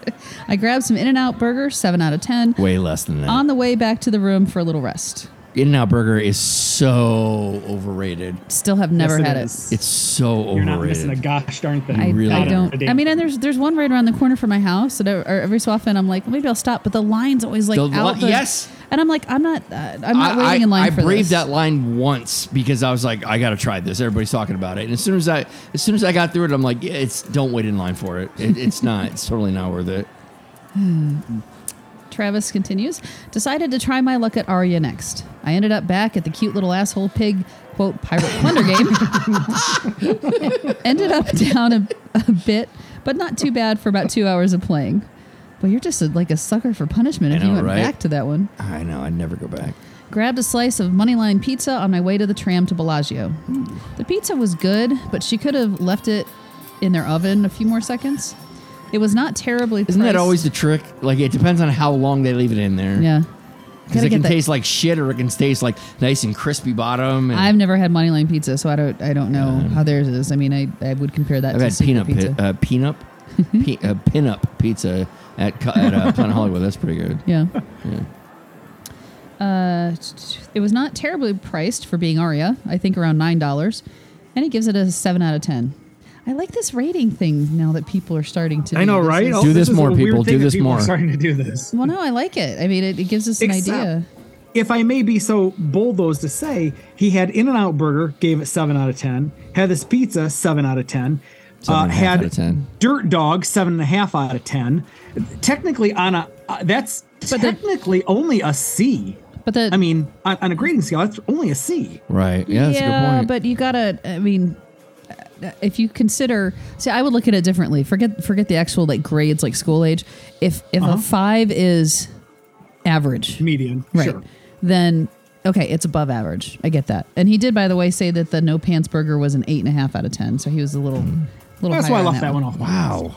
S16: I grabbed some In-N-Out Burger, seven out of ten,
S15: Way less than that.
S16: on the way back to the room for a little rest.
S15: In N Out Burger is so overrated.
S16: Still have never
S1: Yes,
S16: had it.
S1: is.
S15: It's so overrated.
S1: You're not missing a gosh darn thing.
S16: I,
S15: really
S16: I
S15: don't.
S16: don't. I mean, and there's there's one right around the corner from my house, and I, or every so often I'm like, well, maybe I'll stop. But the line's always like
S15: The li-
S16: out. the-
S15: yes.
S16: And I'm like, I'm not. Uh, I'm
S15: I-
S16: not waiting
S15: I,
S16: in line
S15: I
S16: for
S15: braved
S16: this.
S15: that line once because I was like, I gotta try this. Everybody's talking about it, and as soon as I, as soon as I got through it, I'm like, yeah, it's don't wait in line for it. it it's not. It's totally not worth it.
S16: Travis continues. Decided to try my luck at Aria next. I ended up back at the cute little asshole pig quote pirate plunder game. ended up down a, a bit, but not too bad for about two hours of playing. But you're just a, like a sucker for punishment
S15: I
S16: if
S15: know,
S16: you went
S15: right?
S16: back to that one.
S15: I know. I'd never go back.
S16: Grabbed a slice of Moneyline pizza on my way to the tram to Bellagio. The pizza was good, but she could have left it in their oven a few more seconds. It was not terribly
S15: Isn't that
S16: priced.
S15: always the trick? Like it depends on how long they leave it in there.
S16: Yeah.
S15: Because
S16: Gotta
S15: it
S16: get
S15: can
S16: that-
S15: taste like shit, or it can taste like nice and crispy bottom. And
S16: I've never had Moneyline pizza, so I don't I don't know how theirs is. I mean, I, I would compare that
S15: I've
S16: to
S15: had peanut
S16: secret pizza.
S15: pi- uh, peanut pe- uh, pinup pizza at co- at uh, Planet Hollywood. That's pretty good.
S16: yeah. Uh, it was not terribly priced for being Aria. I think around nine dollars, and it gives it a seven out of ten. I like this rating thing now that people are starting to.
S1: I know,
S16: do.
S1: right?
S16: This is-
S1: Oh,
S15: Do
S1: is
S15: this
S1: a
S15: more,
S1: weird
S15: people.
S1: thing
S15: Do
S1: that
S15: this
S1: people are
S15: more.
S1: starting to do this.
S16: Well, no, I like it. I mean, it, it gives us an
S1: Except-
S16: idea.
S1: If I may be so bold as to say, he had In and Out Burger, gave it seven out of ten. Had this pizza, seven out of ten. Uh,
S15: Seven and a half
S1: had
S15: out of 10.
S1: Dirt Dog, seven and a half out of ten. Technically, on a uh, that's
S16: But the-
S1: technically only a C.
S16: But the
S1: I mean, on, on a grading scale, that's only a C.
S15: Right. Yeah. That's a good point.
S16: but you gotta. I mean, uh, if you consider, see, I would look at it
S1: Uh-huh.
S16: differently. Forget, forget the actual like grades, like school age. If if a five is average,
S1: median,
S16: right?
S1: Sure.
S16: Then okay, it's above average. I get that. And he did, by the way, say that the no pants burger was an eight and a half out of ten. So he was a little,
S1: Hmm.
S16: little.
S1: That's
S16: higher
S1: why I
S16: on
S1: left that
S16: one.
S1: one off.
S15: Wow.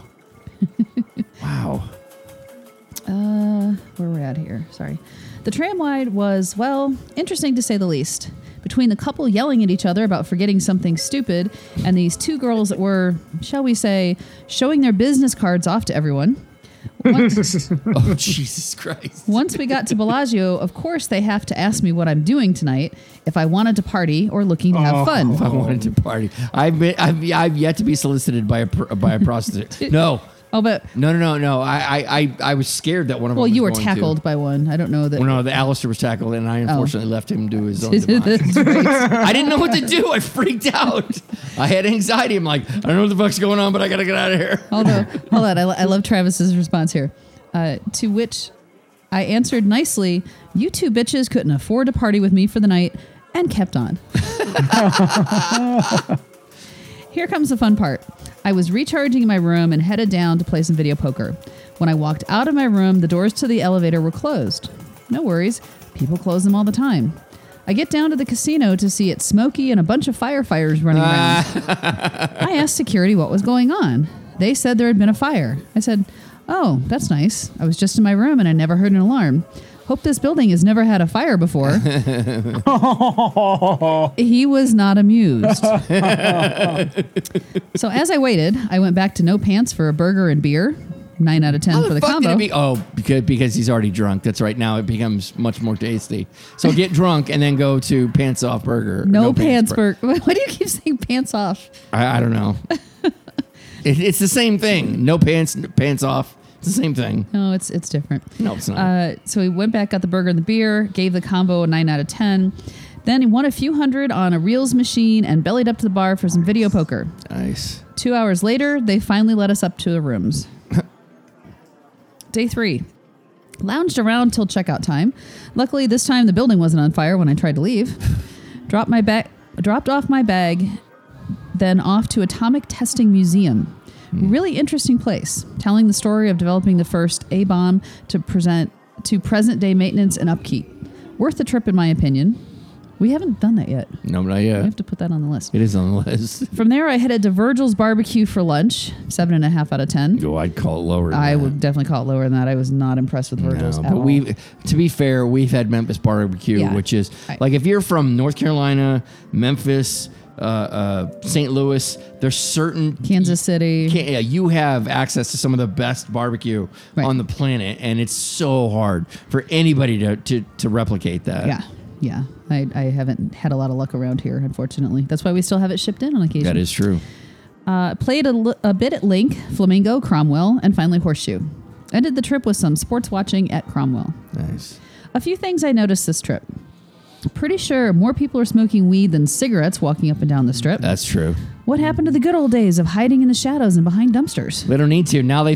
S15: wow.
S16: Uh, where we're at here. Sorry. The tram ride was, well, interesting to say the least. Between the couple yelling at each other about forgetting something stupid and these two girls that were, shall we say, showing their business cards off to everyone. Once,
S15: Oh, Jesus Christ.
S16: once we got to Bellagio, of course, they have to ask me what I'm doing tonight, if I wanted to party or looking to have fun.
S1: Oh.
S15: If I wanted to party, I've, been, I've I've yet to be solicited by a pr- by a prostitute. No,
S16: Oh, but,
S15: no, no, no, no. I I, I, I was scared that one of them.
S16: well,
S15: was
S16: you were
S15: going to.
S16: tackled Oh. by one. I don't know that.
S15: Well, no, the Alistair was tackled, and I unfortunately left him to his own demise.
S16: That's right.
S15: I didn't know what to do. I freaked out. I had anxiety. I'm like, I don't know what the fuck's going on, but I gotta get out of here.
S16: Although, hold on, I, lo- I love Travis's response here. Uh, to which I answered nicely, "You two bitches couldn't afford to party with me for the night," and kept on. Here comes the fun part. I was recharging in my room and headed down to play some video poker. When I walked out of my room, the doors to the elevator were closed. No worries, people close them all the time. I get down to the casino to see it smoky and a bunch of firefighters running around. I asked security what was going on. They said there had been a fire. I said, Oh, that's nice. I was just in my room and I never heard an alarm. Hope this building has never had a fire before. he was not amused. so as I waited, I went back to no pants for a burger and beer. Nine out of ten
S15: How
S16: for the
S15: fuck did
S16: combo.
S15: it be- oh, because, because he's already drunk. That's right. Now it becomes much more tasty. So get drunk and then go to pants off burger.
S16: no, pants,
S15: burger.
S16: burger. Why do you keep saying pants off?
S15: I, I don't know. it, it's the same thing. No pants, pants off. It's the same thing.
S16: No, it's it's different.
S15: No, it's not.
S16: Uh, so he went back, got the burger and the beer, gave the combo a nine out of ten. Then he won a few hundred on a reels machine and bellied up to the bar for some video poker.
S15: nice.
S16: Two hours later, they finally let us up to the rooms. Day three. Lounged around till checkout time. Luckily, this time the building wasn't on fire when I tried to leave. dropped my bag, dropped off my bag, then off to Atomic Testing Museum. Really interesting place, telling the story of developing the first A bomb to present to present day maintenance and upkeep. Worth the trip, in my opinion. We haven't done that yet.
S15: No, not
S16: I have
S15: yet.
S16: to put that on the list.
S15: It is on the list.
S16: From there, I headed to Virgil's Barbecue for lunch. Seven and a half out of ten.
S15: Oh, I'd call it lower. than
S16: I
S15: that.
S16: would definitely call it lower than that. I was not impressed with Virgil's.
S15: No,
S16: at
S15: but
S16: all.
S15: we, to be fair, we've had Memphis barbecue,
S16: Yeah.
S15: which is
S16: Right.
S15: like if you're from North Carolina, Memphis, uh, uh, St. Louis, there's certain
S16: Kansas City.
S15: Can, yeah, you have access to some of the best barbecue
S16: Right.
S15: on the planet, and it's so hard for anybody to to, to replicate that.
S16: yeah, yeah. I, I haven't had a lot of luck around here, unfortunately. That's why we still have it shipped in on occasion.
S15: that is true.
S16: Uh, played a, li- a bit at Link, Flamingo, Cromwell, and finally Horseshoe. Ended the trip with some sports watching at Cromwell.
S15: Nice.
S16: A few things I noticed this trip. Pretty sure more people are smoking weed than cigarettes walking up and down the strip.
S15: That's true.
S16: what happened to the good old days of hiding in the shadows and behind dumpsters?
S15: They don't need to now. They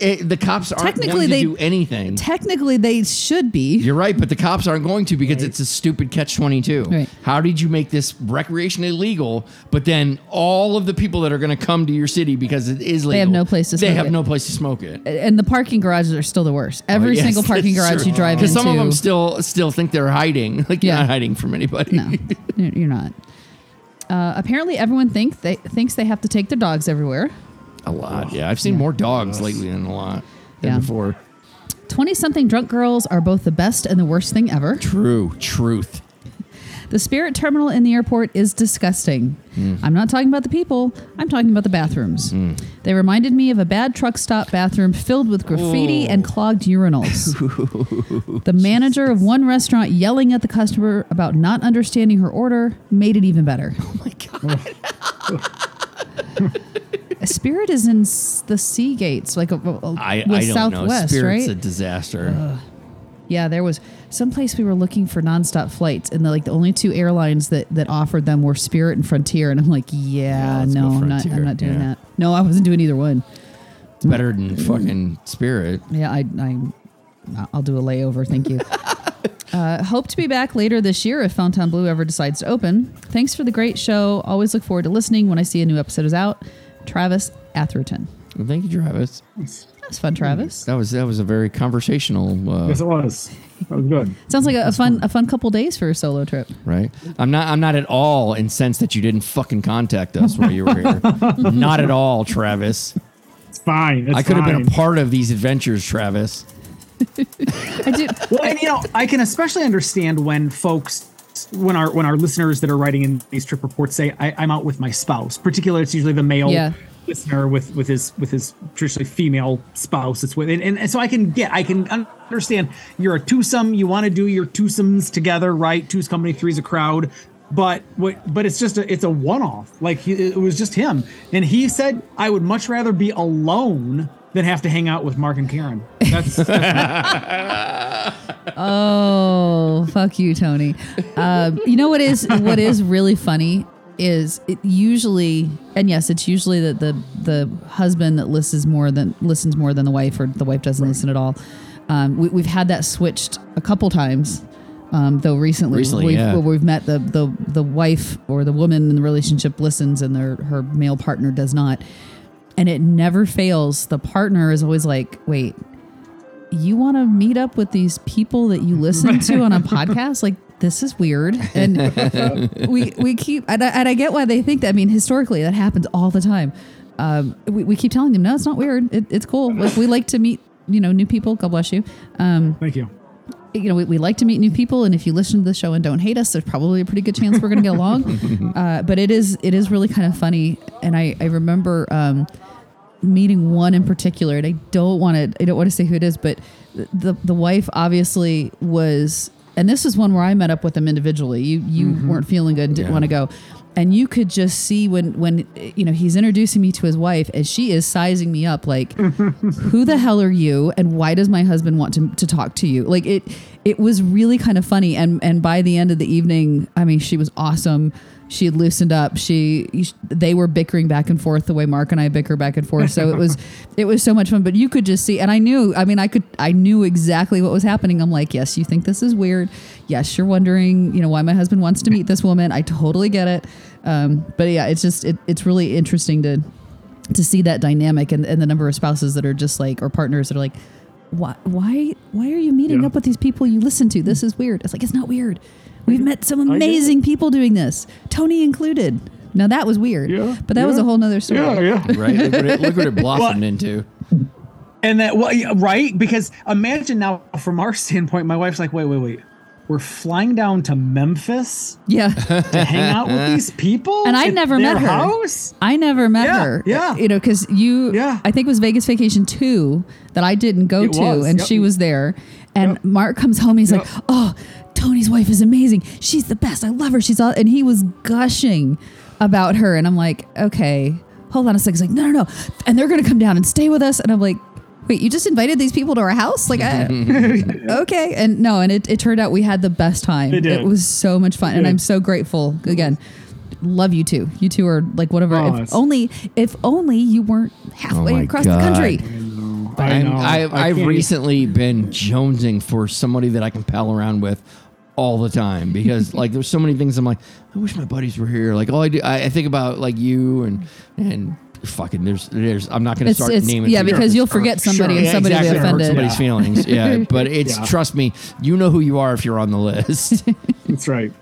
S15: it, the cops aren't
S16: Technically,
S15: going to
S16: they-
S15: do anything.
S16: Technically, they should be.
S15: You're right, but the cops aren't going to because it's a stupid catch 22.
S16: Right.
S15: How did you make this recreation illegal, but then all of the people that are going to come to your city because it is legal,
S16: have no place to
S15: They
S16: smoke
S15: have
S16: it.
S15: no place to smoke it.
S16: and the parking garages are still the worst. Every
S15: Oh, Yes,
S16: single parking
S15: that's
S16: garage
S15: true.
S16: you drive into,
S15: Because some of them still still think they're hiding. Like you're
S16: Yeah.
S15: not hiding from anybody.
S16: no, you're you're not. Uh, apparently, everyone think they thinks they have to take their dogs everywhere.
S15: a lot. Yeah, I've seen more dogs lately than a lot than
S16: Yeah.
S15: before.
S16: Twenty-something drunk girls are both the best and the worst thing ever.
S15: True truth.
S16: The Spirit Terminal in the airport is disgusting.
S15: Mm.
S16: I'm not talking about the people. I'm talking about the bathrooms. They reminded me of a bad truck stop bathroom filled with graffiti and clogged urinals. the manager of one restaurant yelling at the customer about not understanding her order made it even better.
S15: Oh my god.
S16: Spirit is in s- the sea gates, like a, a-
S15: I, I
S16: with
S15: don't know.
S16: Southwest,
S15: Spirit's
S16: right?
S15: a disaster.
S16: yeah, there was some place we were looking for nonstop flights, and the, like the only two airlines that that offered them were Spirit and Frontier, and I'm like, yeah,
S15: let's
S16: no,
S15: go
S16: I'm not, I'm
S15: Frontier,
S16: not doing
S15: yeah.
S16: that. No, I wasn't doing either one.
S15: it's better than fucking Spirit.
S16: Yeah, I, I I'll do a layover. Thank you. Uh, hope to be back later this year if Fontainebleau ever decides to open. Thanks for the great show. Always look forward to listening when I see a new episode is out. Travis Atherton.
S15: Well, thank you, Travis.
S16: was fun, Travis.
S15: That was that was a very conversational. Uh,
S1: yes, it was. That was good.
S16: Sounds like a, a fun a fun couple days for a solo trip.
S15: Right. I'm not I'm not at all incensed that you didn't fucking contact us while you were here. not at all, Travis.
S1: It's fine. It's
S15: I could have been
S1: fine.
S15: a part of these adventures, Travis.
S16: I do.
S1: Well, and you know, I can especially understand when folks, when our when our listeners that are writing in these trip reports say, I, "I'm out with my spouse." Particularly, it's usually the male
S16: Yeah.
S1: listener with with his with his traditionally female spouse. It's with, and, and, and so I can get, I can un- understand. You're a twosome. You want to do your twosomes together, right? Two's company, three's a crowd. But what? But it's just a it's a one off. Like he, it was just him, and he said, "I would much rather be alone." Than have to hang out with Mark and Karen. That's, that's
S16: Oh, fuck you, Tony. Um, you know what is what is really funny is it usually, and yes, it's usually that the the husband that listens more than listens more than the wife, or the wife doesn't listen at all. Um, we, we've had that switched a couple times, um, though recently,
S15: Recently,
S16: we've,
S15: yeah.
S16: where we've met the, the the wife or the woman in the relationship listens and their her male partner does not, and it never fails. The partner is always like, wait you want to meet up with these people that you listen to on a podcast like this is weird and we we keep and I, and I get why they think that i mean historically that happens all the time um, we, we keep telling them no it's not weird it, it's cool like we like to meet you know new people god bless you um,
S1: thank you.
S16: you know, we, we like to meet new people, and if you listen to the show and don't hate us, there's probably a pretty good chance we're going to get along. uh, but it is it is really kind of funny, and I I remember um, meeting one in particular, and I don't want to I don't want to say who it is, but the the wife obviously was, and this is one where I met up with them individually. You you weren't feeling good, and didn't want to go. And you could just see when, when you know he's introducing me to his wife, and she is sizing me up like, who the hell are you and why does my husband want to, to talk to you like it it was really kind of funny and and by the end of the evening i mean she was awesome she had loosened up she they were bickering back and forth the way mark and i bicker back and forth so it was it was so much fun but you could just see and i knew i mean i could i knew exactly what was happening i'm like yes you think this is weird yes you're wondering you know why my husband wants to meet this woman i totally get it um, but yeah it's just it, it's really interesting to to see that dynamic and, and the number of spouses that are just like or partners that are like why why why are you meeting
S1: Yeah.
S16: up with these people you listen to this is weird it's like it's not weird we've met some amazing people doing this tony included now that was weird
S1: Yeah,
S16: but that was
S1: yeah,
S16: a whole nother story
S1: yeah.
S15: Right? Look what it, look what it blossomed into.
S1: And that, well, yeah, right? Because imagine now, from our standpoint, my wife's like, wait, wait, wait. We're flying down to Memphis
S16: yeah.
S1: to hang out with these people,
S16: And I
S1: at
S16: never
S1: their
S16: met her.
S1: House?
S16: I never met
S1: Yeah,
S16: her.
S1: yeah.
S16: You know, because you,
S1: Yeah.
S16: I think it was Vegas Vacation 2 that I didn't go
S1: It
S16: to,
S1: was,
S16: and
S1: yep.
S16: she was there. And Mark comes home, he's like,
S1: Yep.
S16: oh, Tony's wife is amazing. She's the best. I love her. She's all, and he was gushing about her. And I'm like, okay, hold on a second. He's like, no, no, no. And they're going to come down and stay with us. And I'm like, wait, you just invited these people to our house? Like, I, okay. And no, and it, it turned out we had the best time.
S1: They did.
S16: It was so much fun. And I'm so grateful. Again, love you two. You two are like one of
S1: Oh,
S16: our, if
S1: that's-
S16: only, if only you weren't halfway
S15: Oh my
S16: across
S15: God.
S16: the country.
S1: I
S15: I'm-
S1: know.
S15: I've,
S1: I
S15: I've
S1: can't- e-
S15: recently been jonesing for somebody that I can pal around with all the time because like there's so many things I'm like I wish my buddies were here like all I do I, I think about like you and and fucking there's there's I'm not gonna
S16: It's,
S15: start
S16: it's,
S15: naming
S16: yeah,
S15: people.
S16: because you'll
S1: Sure,
S16: forget
S1: sure.
S16: somebody and
S1: Yeah,
S16: somebody
S15: exactly
S16: will
S15: hurt
S16: be offended.
S15: somebody's feelings yeah but it's
S1: Yeah.
S15: trust me you know who you are if you're on the list
S1: That's right.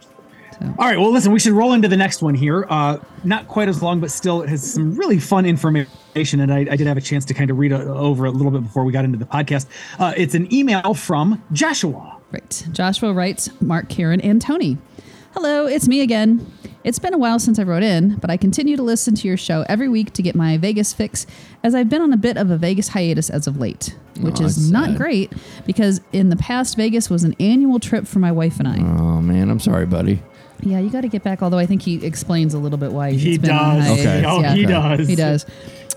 S1: All right. Well, listen, we should roll into the next one here. Uh, not quite as long, but still, it has some really fun information. And I, I did have a chance to kind of read o- over a little bit before we got into the podcast. Uh, it's an email from Joshua.
S16: Right. Joshua writes, Mark, Karen, and Tony. Hello, it's me again. It's been a while since I wrote in, but I continue to listen to your show every week to get my Vegas fix, as I've been on a bit of a Vegas hiatus as of late, which
S15: Aw,
S16: is
S15: that's
S16: not
S15: sad.
S16: great because in the past, Vegas was an annual trip for my wife and I.
S15: oh man I'm sorry buddy
S16: Yeah, you got to get back. Although I think he explains a little bit why
S1: He
S16: it's been on
S1: does.
S16: hiatus.
S15: Okay.
S1: Oh, he does.
S16: He does.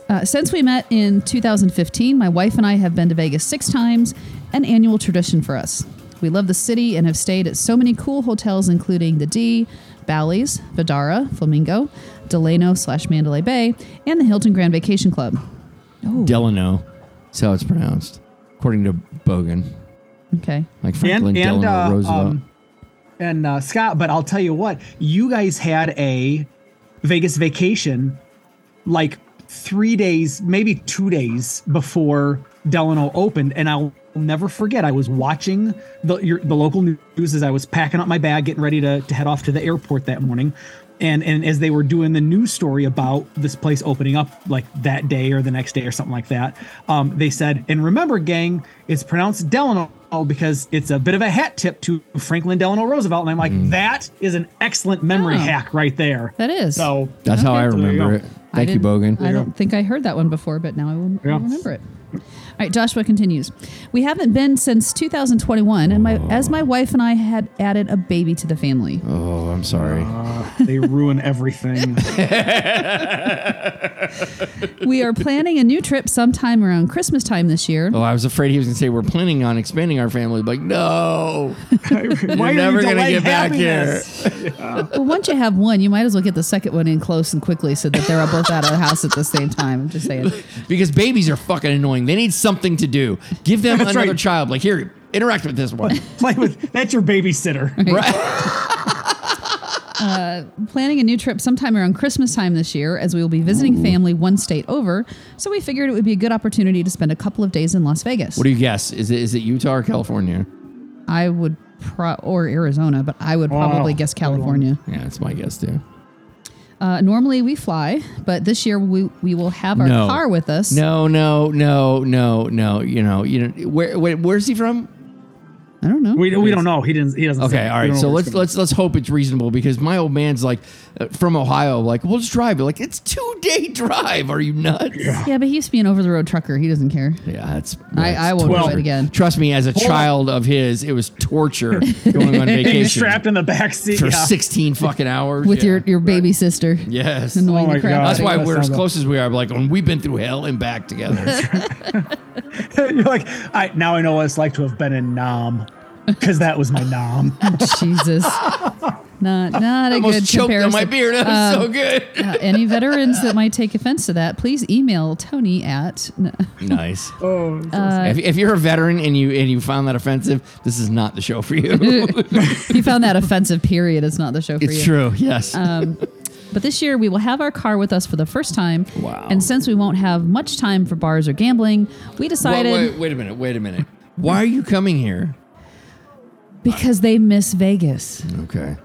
S16: Uh, since we met in 2015, my wife and I have been to Vegas six times, an annual tradition for us. We love the city and have stayed at so many cool hotels, including the D, Bally's, Vidara, Flamingo, Delano slash Mandalay Bay, and the Hilton Grand Vacation Club.
S15: Delano that's how it's pronounced according to Bogan
S16: Okay.
S15: like Franklin
S1: and,
S15: Delano
S1: uh,
S15: Roosevelt
S1: um, and uh, Scott, but I'll tell you what, you guys had a Vegas vacation like three days, maybe two days before Delano opened, and I'll never forget. I was watching the your, the local news as I was packing up my bag, getting ready to, to head off to the airport that morning. And, and as they were doing the news story about this place opening up like that day or the next day or something like that, um, they said, and remember, gang, it's pronounced Delano because it's a bit of a hat tip to Franklin Delano Roosevelt. And I'm like, that is an excellent memory
S16: Oh.
S1: hack right there.
S16: Mm. That is.
S1: So
S15: That's how
S16: Okay.
S15: I
S1: There you
S15: remember
S1: go.
S15: it. Thank
S16: I
S15: you,
S16: didn't-
S15: Bogan.
S16: I don't think I heard that one before, but now I will I'll
S1: Yeah.
S16: remember it. All right, Joshua continues. We haven't been since 2021, and my as my wife and I had added a baby to the family.
S15: Oh, I'm sorry.
S1: Uh, they ruin everything.
S16: We are planning a new trip sometime around Christmas time this year.
S15: Oh, I was afraid he was going to say we're planning on expanding our family. Like, no,
S1: Why
S15: you're
S1: are you
S15: never going to
S1: delaying
S15: get back here.
S1: happiness?
S16: Well, once you have one, you might as well get the second one in close and quickly, so that they're all both out of the house at the same time. I'm just saying.
S15: Because babies are fucking annoying. They need something to do. Give them
S1: That's
S15: another
S1: right.
S15: child. Like, here, interact with this one.
S1: Play with that's your babysitter.
S16: planning a new trip sometime around Christmas time this year as we will be visiting family one state over. So we figured it would be a good opportunity to spend a couple of days in Las Vegas.
S15: What do you guess? Is it is it Utah or California?
S16: I would pro- or Arizona, but I would probably guess California.
S15: Yeah, that's my guess too.
S16: Uh, normally we fly, but this year we we will have our
S15: No.
S16: car with us.
S15: No, no, no, no, no. You know, you know. Where, where where's he from?
S16: I don't know.
S1: We, we don't know. He didn't. He doesn't.
S15: Okay,
S1: say.
S15: all
S1: We
S15: right.
S1: don't
S15: So
S1: know where
S15: let's
S1: it's coming
S15: let's let's hope it's reasonable because my old man's like uh, from Ohio. Like, we'll just drive. Like, it's two day drive. Are you nuts? Yeah,
S16: yeah, but he used to be an over the road trucker. He doesn't care.
S15: that's.
S16: I,
S15: that's
S16: I won't
S1: Well-
S16: do it again.
S15: Trust me, as a child of his, it was torture going on
S1: from. Being
S15: vacation
S1: strapped in the back seat.
S15: for
S1: yeah.
S15: sixteen fucking hours
S16: With
S15: Yeah.
S16: your, your baby sister.
S15: yes.
S16: Annoying
S1: Oh
S16: the
S1: my
S16: crap
S1: God.
S16: out
S15: That's
S16: of
S15: why
S16: you.
S1: that
S15: we're as
S1: sounds-
S15: close as we are. Like, when we've been through hell and back together.
S1: You're like, I now I know what it's like to have been in Nam, because that was my Nam.
S16: Jesus. Not not a
S15: Almost
S16: good
S15: choked
S16: comparison.
S15: on my beer. That was
S16: Um,
S15: so good.
S16: Uh, any veterans that might take offense to that, please email Tony at. No.
S15: Nice. Oh,
S16: uh,
S15: if, if you're a veteran and you and you found that offensive, this is not the show for you.
S16: If you found that offensive, period. It's not the show for you. Uh,
S15: it's true. Yes.
S16: But this year, we will have our car with us for the first time.
S15: Wow.
S16: And since we won't have much time for bars or gambling, we
S15: wait,
S16: decided
S15: wait, wait a minute. Wait a minute. Why are you coming here?
S16: because they miss Vegas.
S15: Okay.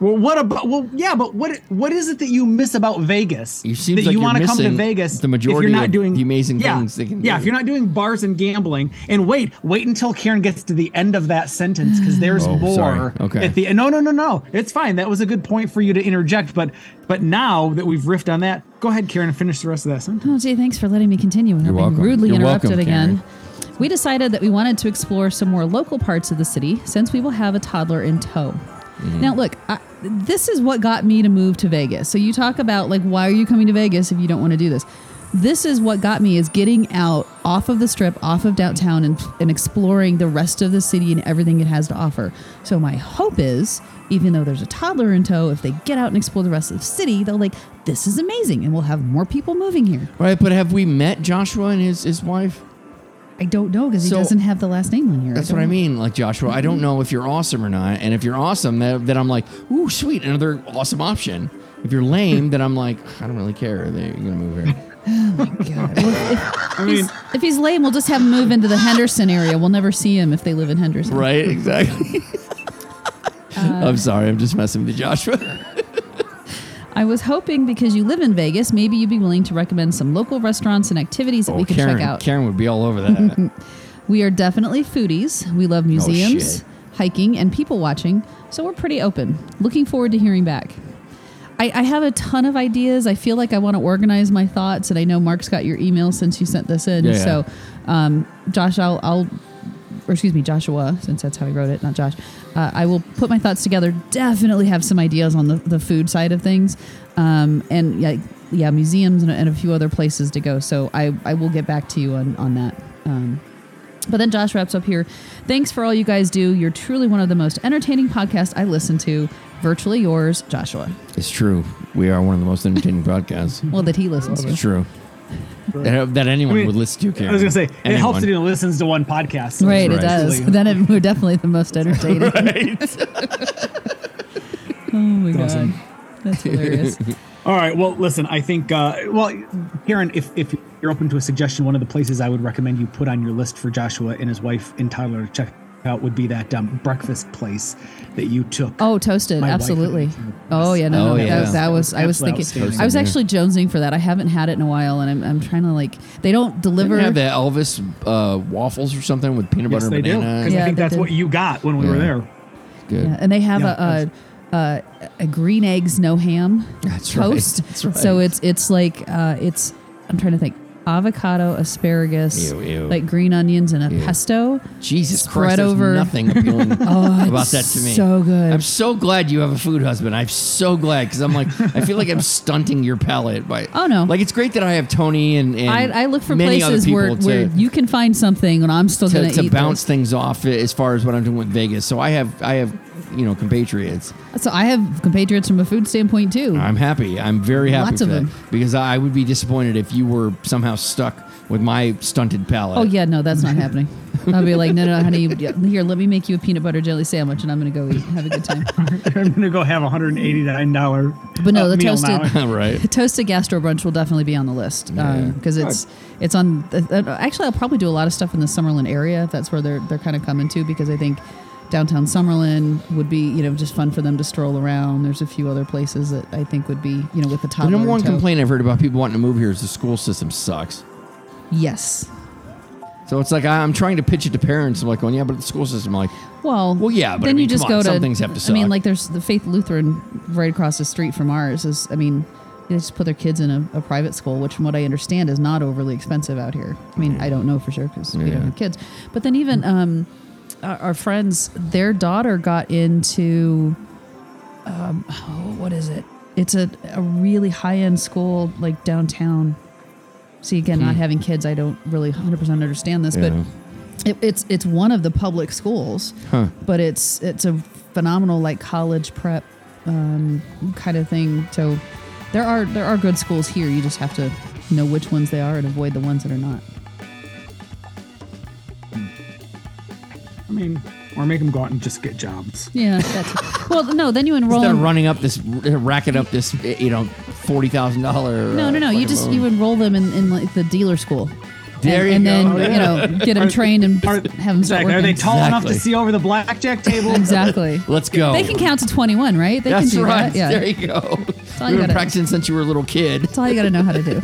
S1: well, what about? Well, yeah, but what what is it that you miss about Vegas?
S15: You seems
S1: that
S15: like
S1: you
S15: you're
S1: wanna come to
S15: missing
S1: Vegas.
S15: the majority
S1: if you're not
S15: of
S1: doing
S15: the amazing
S1: yeah,
S15: things they can
S1: Yeah,
S15: do.
S1: if you're not doing bars and gambling, and wait, wait until Karen gets to the end of that sentence because there's
S15: Oh,
S1: more.
S15: sorry. Okay.
S1: At the no, no, no, no. It's fine. That was a good point for you to interject, but but now that we've riffed on that, go ahead, Karen, and finish the rest of that sentence.
S16: Oh, gee, thanks for letting me continue without
S15: You're
S16: being
S15: welcome.
S16: rudely
S15: You're
S16: interrupted
S15: welcome,
S16: again. We decided that we wanted to explore some more local parts of the city since we will have a toddler in tow.
S15: Mm-hmm.
S16: Now, look, I, this is what got me to move to Vegas. So you talk about like, why are you coming to Vegas if you don't want to do this? This is what got me is getting out off of the strip, off of downtown, and, and exploring the rest of the city and everything it has to offer. So my hope is, even though there's a toddler in tow, if they get out and explore the rest of the city, they'll like, this is amazing, and we'll have more people moving here.
S15: All right, but have we met Joshua and his, his wife?
S16: I don't know because
S15: So-
S16: he doesn't have the last name on here.
S15: That's what I
S16: don't-
S15: mean. Like Joshua, I don't know if you're awesome or not. And if you're awesome, that, then I'm like, ooh, sweet, another awesome option. If you're lame, then I'm like, I don't really care. They're gonna move here.
S16: God. Well, if, he's, if he's lame, we'll just have him move into the Henderson area. We'll never see him if they live in Henderson.
S15: right? Exactly. I'm sorry. I'm just messing with you, Joshua.
S16: I was hoping because you live in Vegas, maybe you'd be willing to recommend some local restaurants and activities that we could
S15: Oh, Karen,
S16: check out.
S15: Karen would be all over that.
S16: We are definitely foodies. We love museums,
S15: Oh, shit.
S16: hiking, and people watching, so we're pretty open. Looking forward to hearing back. I, I have a ton of ideas. I feel like I want to organize my thoughts, and I know Mark's got your email since you sent this in.
S15: Yeah, yeah.
S16: So, um, Josh, I'll, I'll, or excuse me, Joshua, since that's how he wrote it, not Josh. Uh, I will put my thoughts together. Definitely have some ideas on the, the food side of things, um, and yeah, yeah, museums and, and a few other places to go. So I, I will get back to you on on that. Um, but then Josh wraps up here. Thanks for all you guys do. You're truly one of the most entertaining podcasts I listen to. Virtually yours, Joshua.
S15: it's true. We are one of the most entertaining podcasts.
S16: Well, that he listens
S15: It's
S16: to.
S15: true. uh, That, that anyone
S1: I mean,
S15: would listen to. Karen.
S1: I was gonna say it helps
S15: Anyone.
S1: that he listens to one podcast.
S16: Right,
S15: Right.
S16: it does.
S1: Absolutely.
S16: Then it, we're definitely the most entertaining. oh my god, that's hilarious.
S1: All right. Well, listen, I think, uh, well, Karen, if, if you're open to a suggestion, one of the places I would recommend you put on your list for Joshua and his wife and Tyler to check out would be that um, breakfast place that you took.
S16: Oh, toasted.
S1: My wife
S16: Absolutely.
S1: and-
S16: Oh, yeah. No,
S15: Oh,
S16: no.
S15: yeah.
S16: That, that was, I was
S1: Absolutely
S16: thinking,
S1: outstanding.
S16: I was actually jonesing for that. I haven't had it in a while and I'm, I'm trying to like, they don't
S15: Didn't
S16: deliver.
S15: they have the Elvis uh, waffles or something with peanut
S1: Yes,
S15: butter
S1: they
S15: and
S1: do.
S15: banana.
S1: Because
S16: Yeah,
S1: I think
S16: they
S1: that's
S16: did.
S1: what you got when we were
S15: Yeah.
S1: there.
S15: Good.
S16: Yeah, and they have
S1: Yeah,
S16: a, a, a a green eggs no ham
S15: That's right,
S16: toast.
S15: that's right.
S16: So it's it's like uh, it's I'm trying to think avocado, asparagus,
S15: Ew, ew.
S16: like green onions and a pesto.
S15: Jesus
S16: spread
S15: Christ, there's
S16: over-
S15: nothing appealing
S16: Oh,
S15: about
S16: it's
S15: that to me.
S16: so good.
S15: I'm so glad you have a food husband. I'm so glad because I'm like I feel like I'm stunting your palate by.
S16: Oh, no.
S15: Like it's great that I have Tony and, and
S16: I, I look for
S15: many other
S16: places
S15: people
S16: where,
S15: to,
S16: where you can find something and I'm still
S15: to,
S16: gonna
S15: to
S16: eat
S15: bounce things off as far as what I'm doing with Vegas. So I have I have you know compatriots.
S16: those. So I have compatriots from a food standpoint too.
S15: I'm happy. I'm very happy
S16: Lots
S15: for
S16: of
S15: that
S16: them.
S15: because I would be disappointed if you were somehow stuck with my stunted palate.
S16: oh yeah, no, that's not happening. I'll be like, no, no, honey, yeah, here, let me make you a peanut butter jelly sandwich and I'm gonna go eat, have a good time.
S1: I'm going to go have $189.
S16: But no,
S1: uh,
S16: the
S1: meal
S16: toasted-
S1: now.
S15: right.
S16: The toasted gastro brunch will definitely be on the list because it's it's on. Uh, uh, actually, I'll probably do a lot of stuff in the Summerlin area. if That's where they're they're kind of coming to because I think downtown Summerlin would be you know just fun for them to stroll around. There's a few other places that I think would be you know with the top.
S15: The number one complaint I've heard about people wanting to move here is the school system sucks.
S16: Yes.
S15: So it's like I- I'm trying to pitch it to parents. I'm like, going, yeah, but the school system, I'm like,
S16: Well,
S15: Well, yeah, but I
S16: then
S15: mean,
S16: you just
S15: come on,
S16: go to
S15: some things have to
S16: I mean,
S15: suck.
S16: like there's the Faith Lutheran right across the street from ours. Is I mean, they just put their kids in a, a private school, which, from what I understand, is not overly expensive out here. I mean, I don't know for sure because we
S15: Yeah.
S16: don't have kids. But then even um, our, our friends, their daughter got into, um, oh, what is it? It's a, a really high end school like downtown. See, again, not having kids, I don't really 100% understand this,
S15: Hmm. Yeah.
S16: but it, it's it's one of the public schools, but it's it's a phenomenal like college prep um, kind of thing. So there are there are good schools here. You just have to know which ones they are and avoid the ones that are not.
S1: I mean, or make them go out and just get jobs.
S16: Yeah, that's well. No, then you enroll.
S15: instead of
S16: in-
S15: running up this, racking up this, you know, forty thousand dollar. uh,
S16: no, no, no. You just you enroll them in, in like the dealer school.
S15: There
S16: and, and
S15: you go. Oh,
S16: then you know get them trained and have them start
S1: Exactly. Are they
S16: working.
S1: tall enough to
S15: Exactly.
S1: see over the blackjack table?
S16: Exactly.
S15: Let's go.
S16: They can count to twenty one, right? They
S15: Oh. That's
S16: can do
S15: right.
S16: that. Yeah.
S15: There you go.
S16: all
S15: We've
S16: you
S15: been
S16: gotta-
S15: practicing since you were a little kid.
S16: That's all you got to know how to do.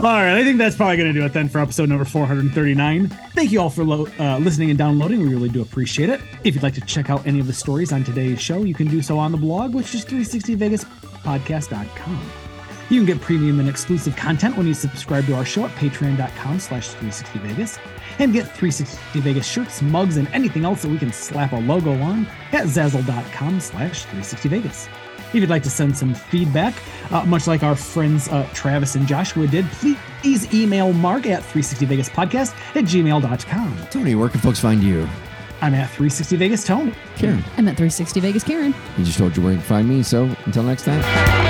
S1: All right, I think that's probably going to do it then for episode number 439. Thank you all for lo- uh, listening and downloading. We really do appreciate it. If you'd like to check out any of the stories on today's show, you can do so on the blog, which is 360vegaspodcast.com. You can get premium and exclusive content when you subscribe to our show at patreon.com slash 360vegas and get 360vegas shirts, mugs, and anything else that we can slap a logo on at zazzle.com slash 360vegas. If you'd like to send some feedback, uh, much like our friends uh, Travis and Joshua did, please, email mark at 360vegaspodcast at gmail.com.
S15: Tony, where can folks find you?
S1: I'm at 360vegas Tony.
S15: Karen,
S16: I'm at 360 Vegas Karen.
S15: you just told you where you can find me. So until next time.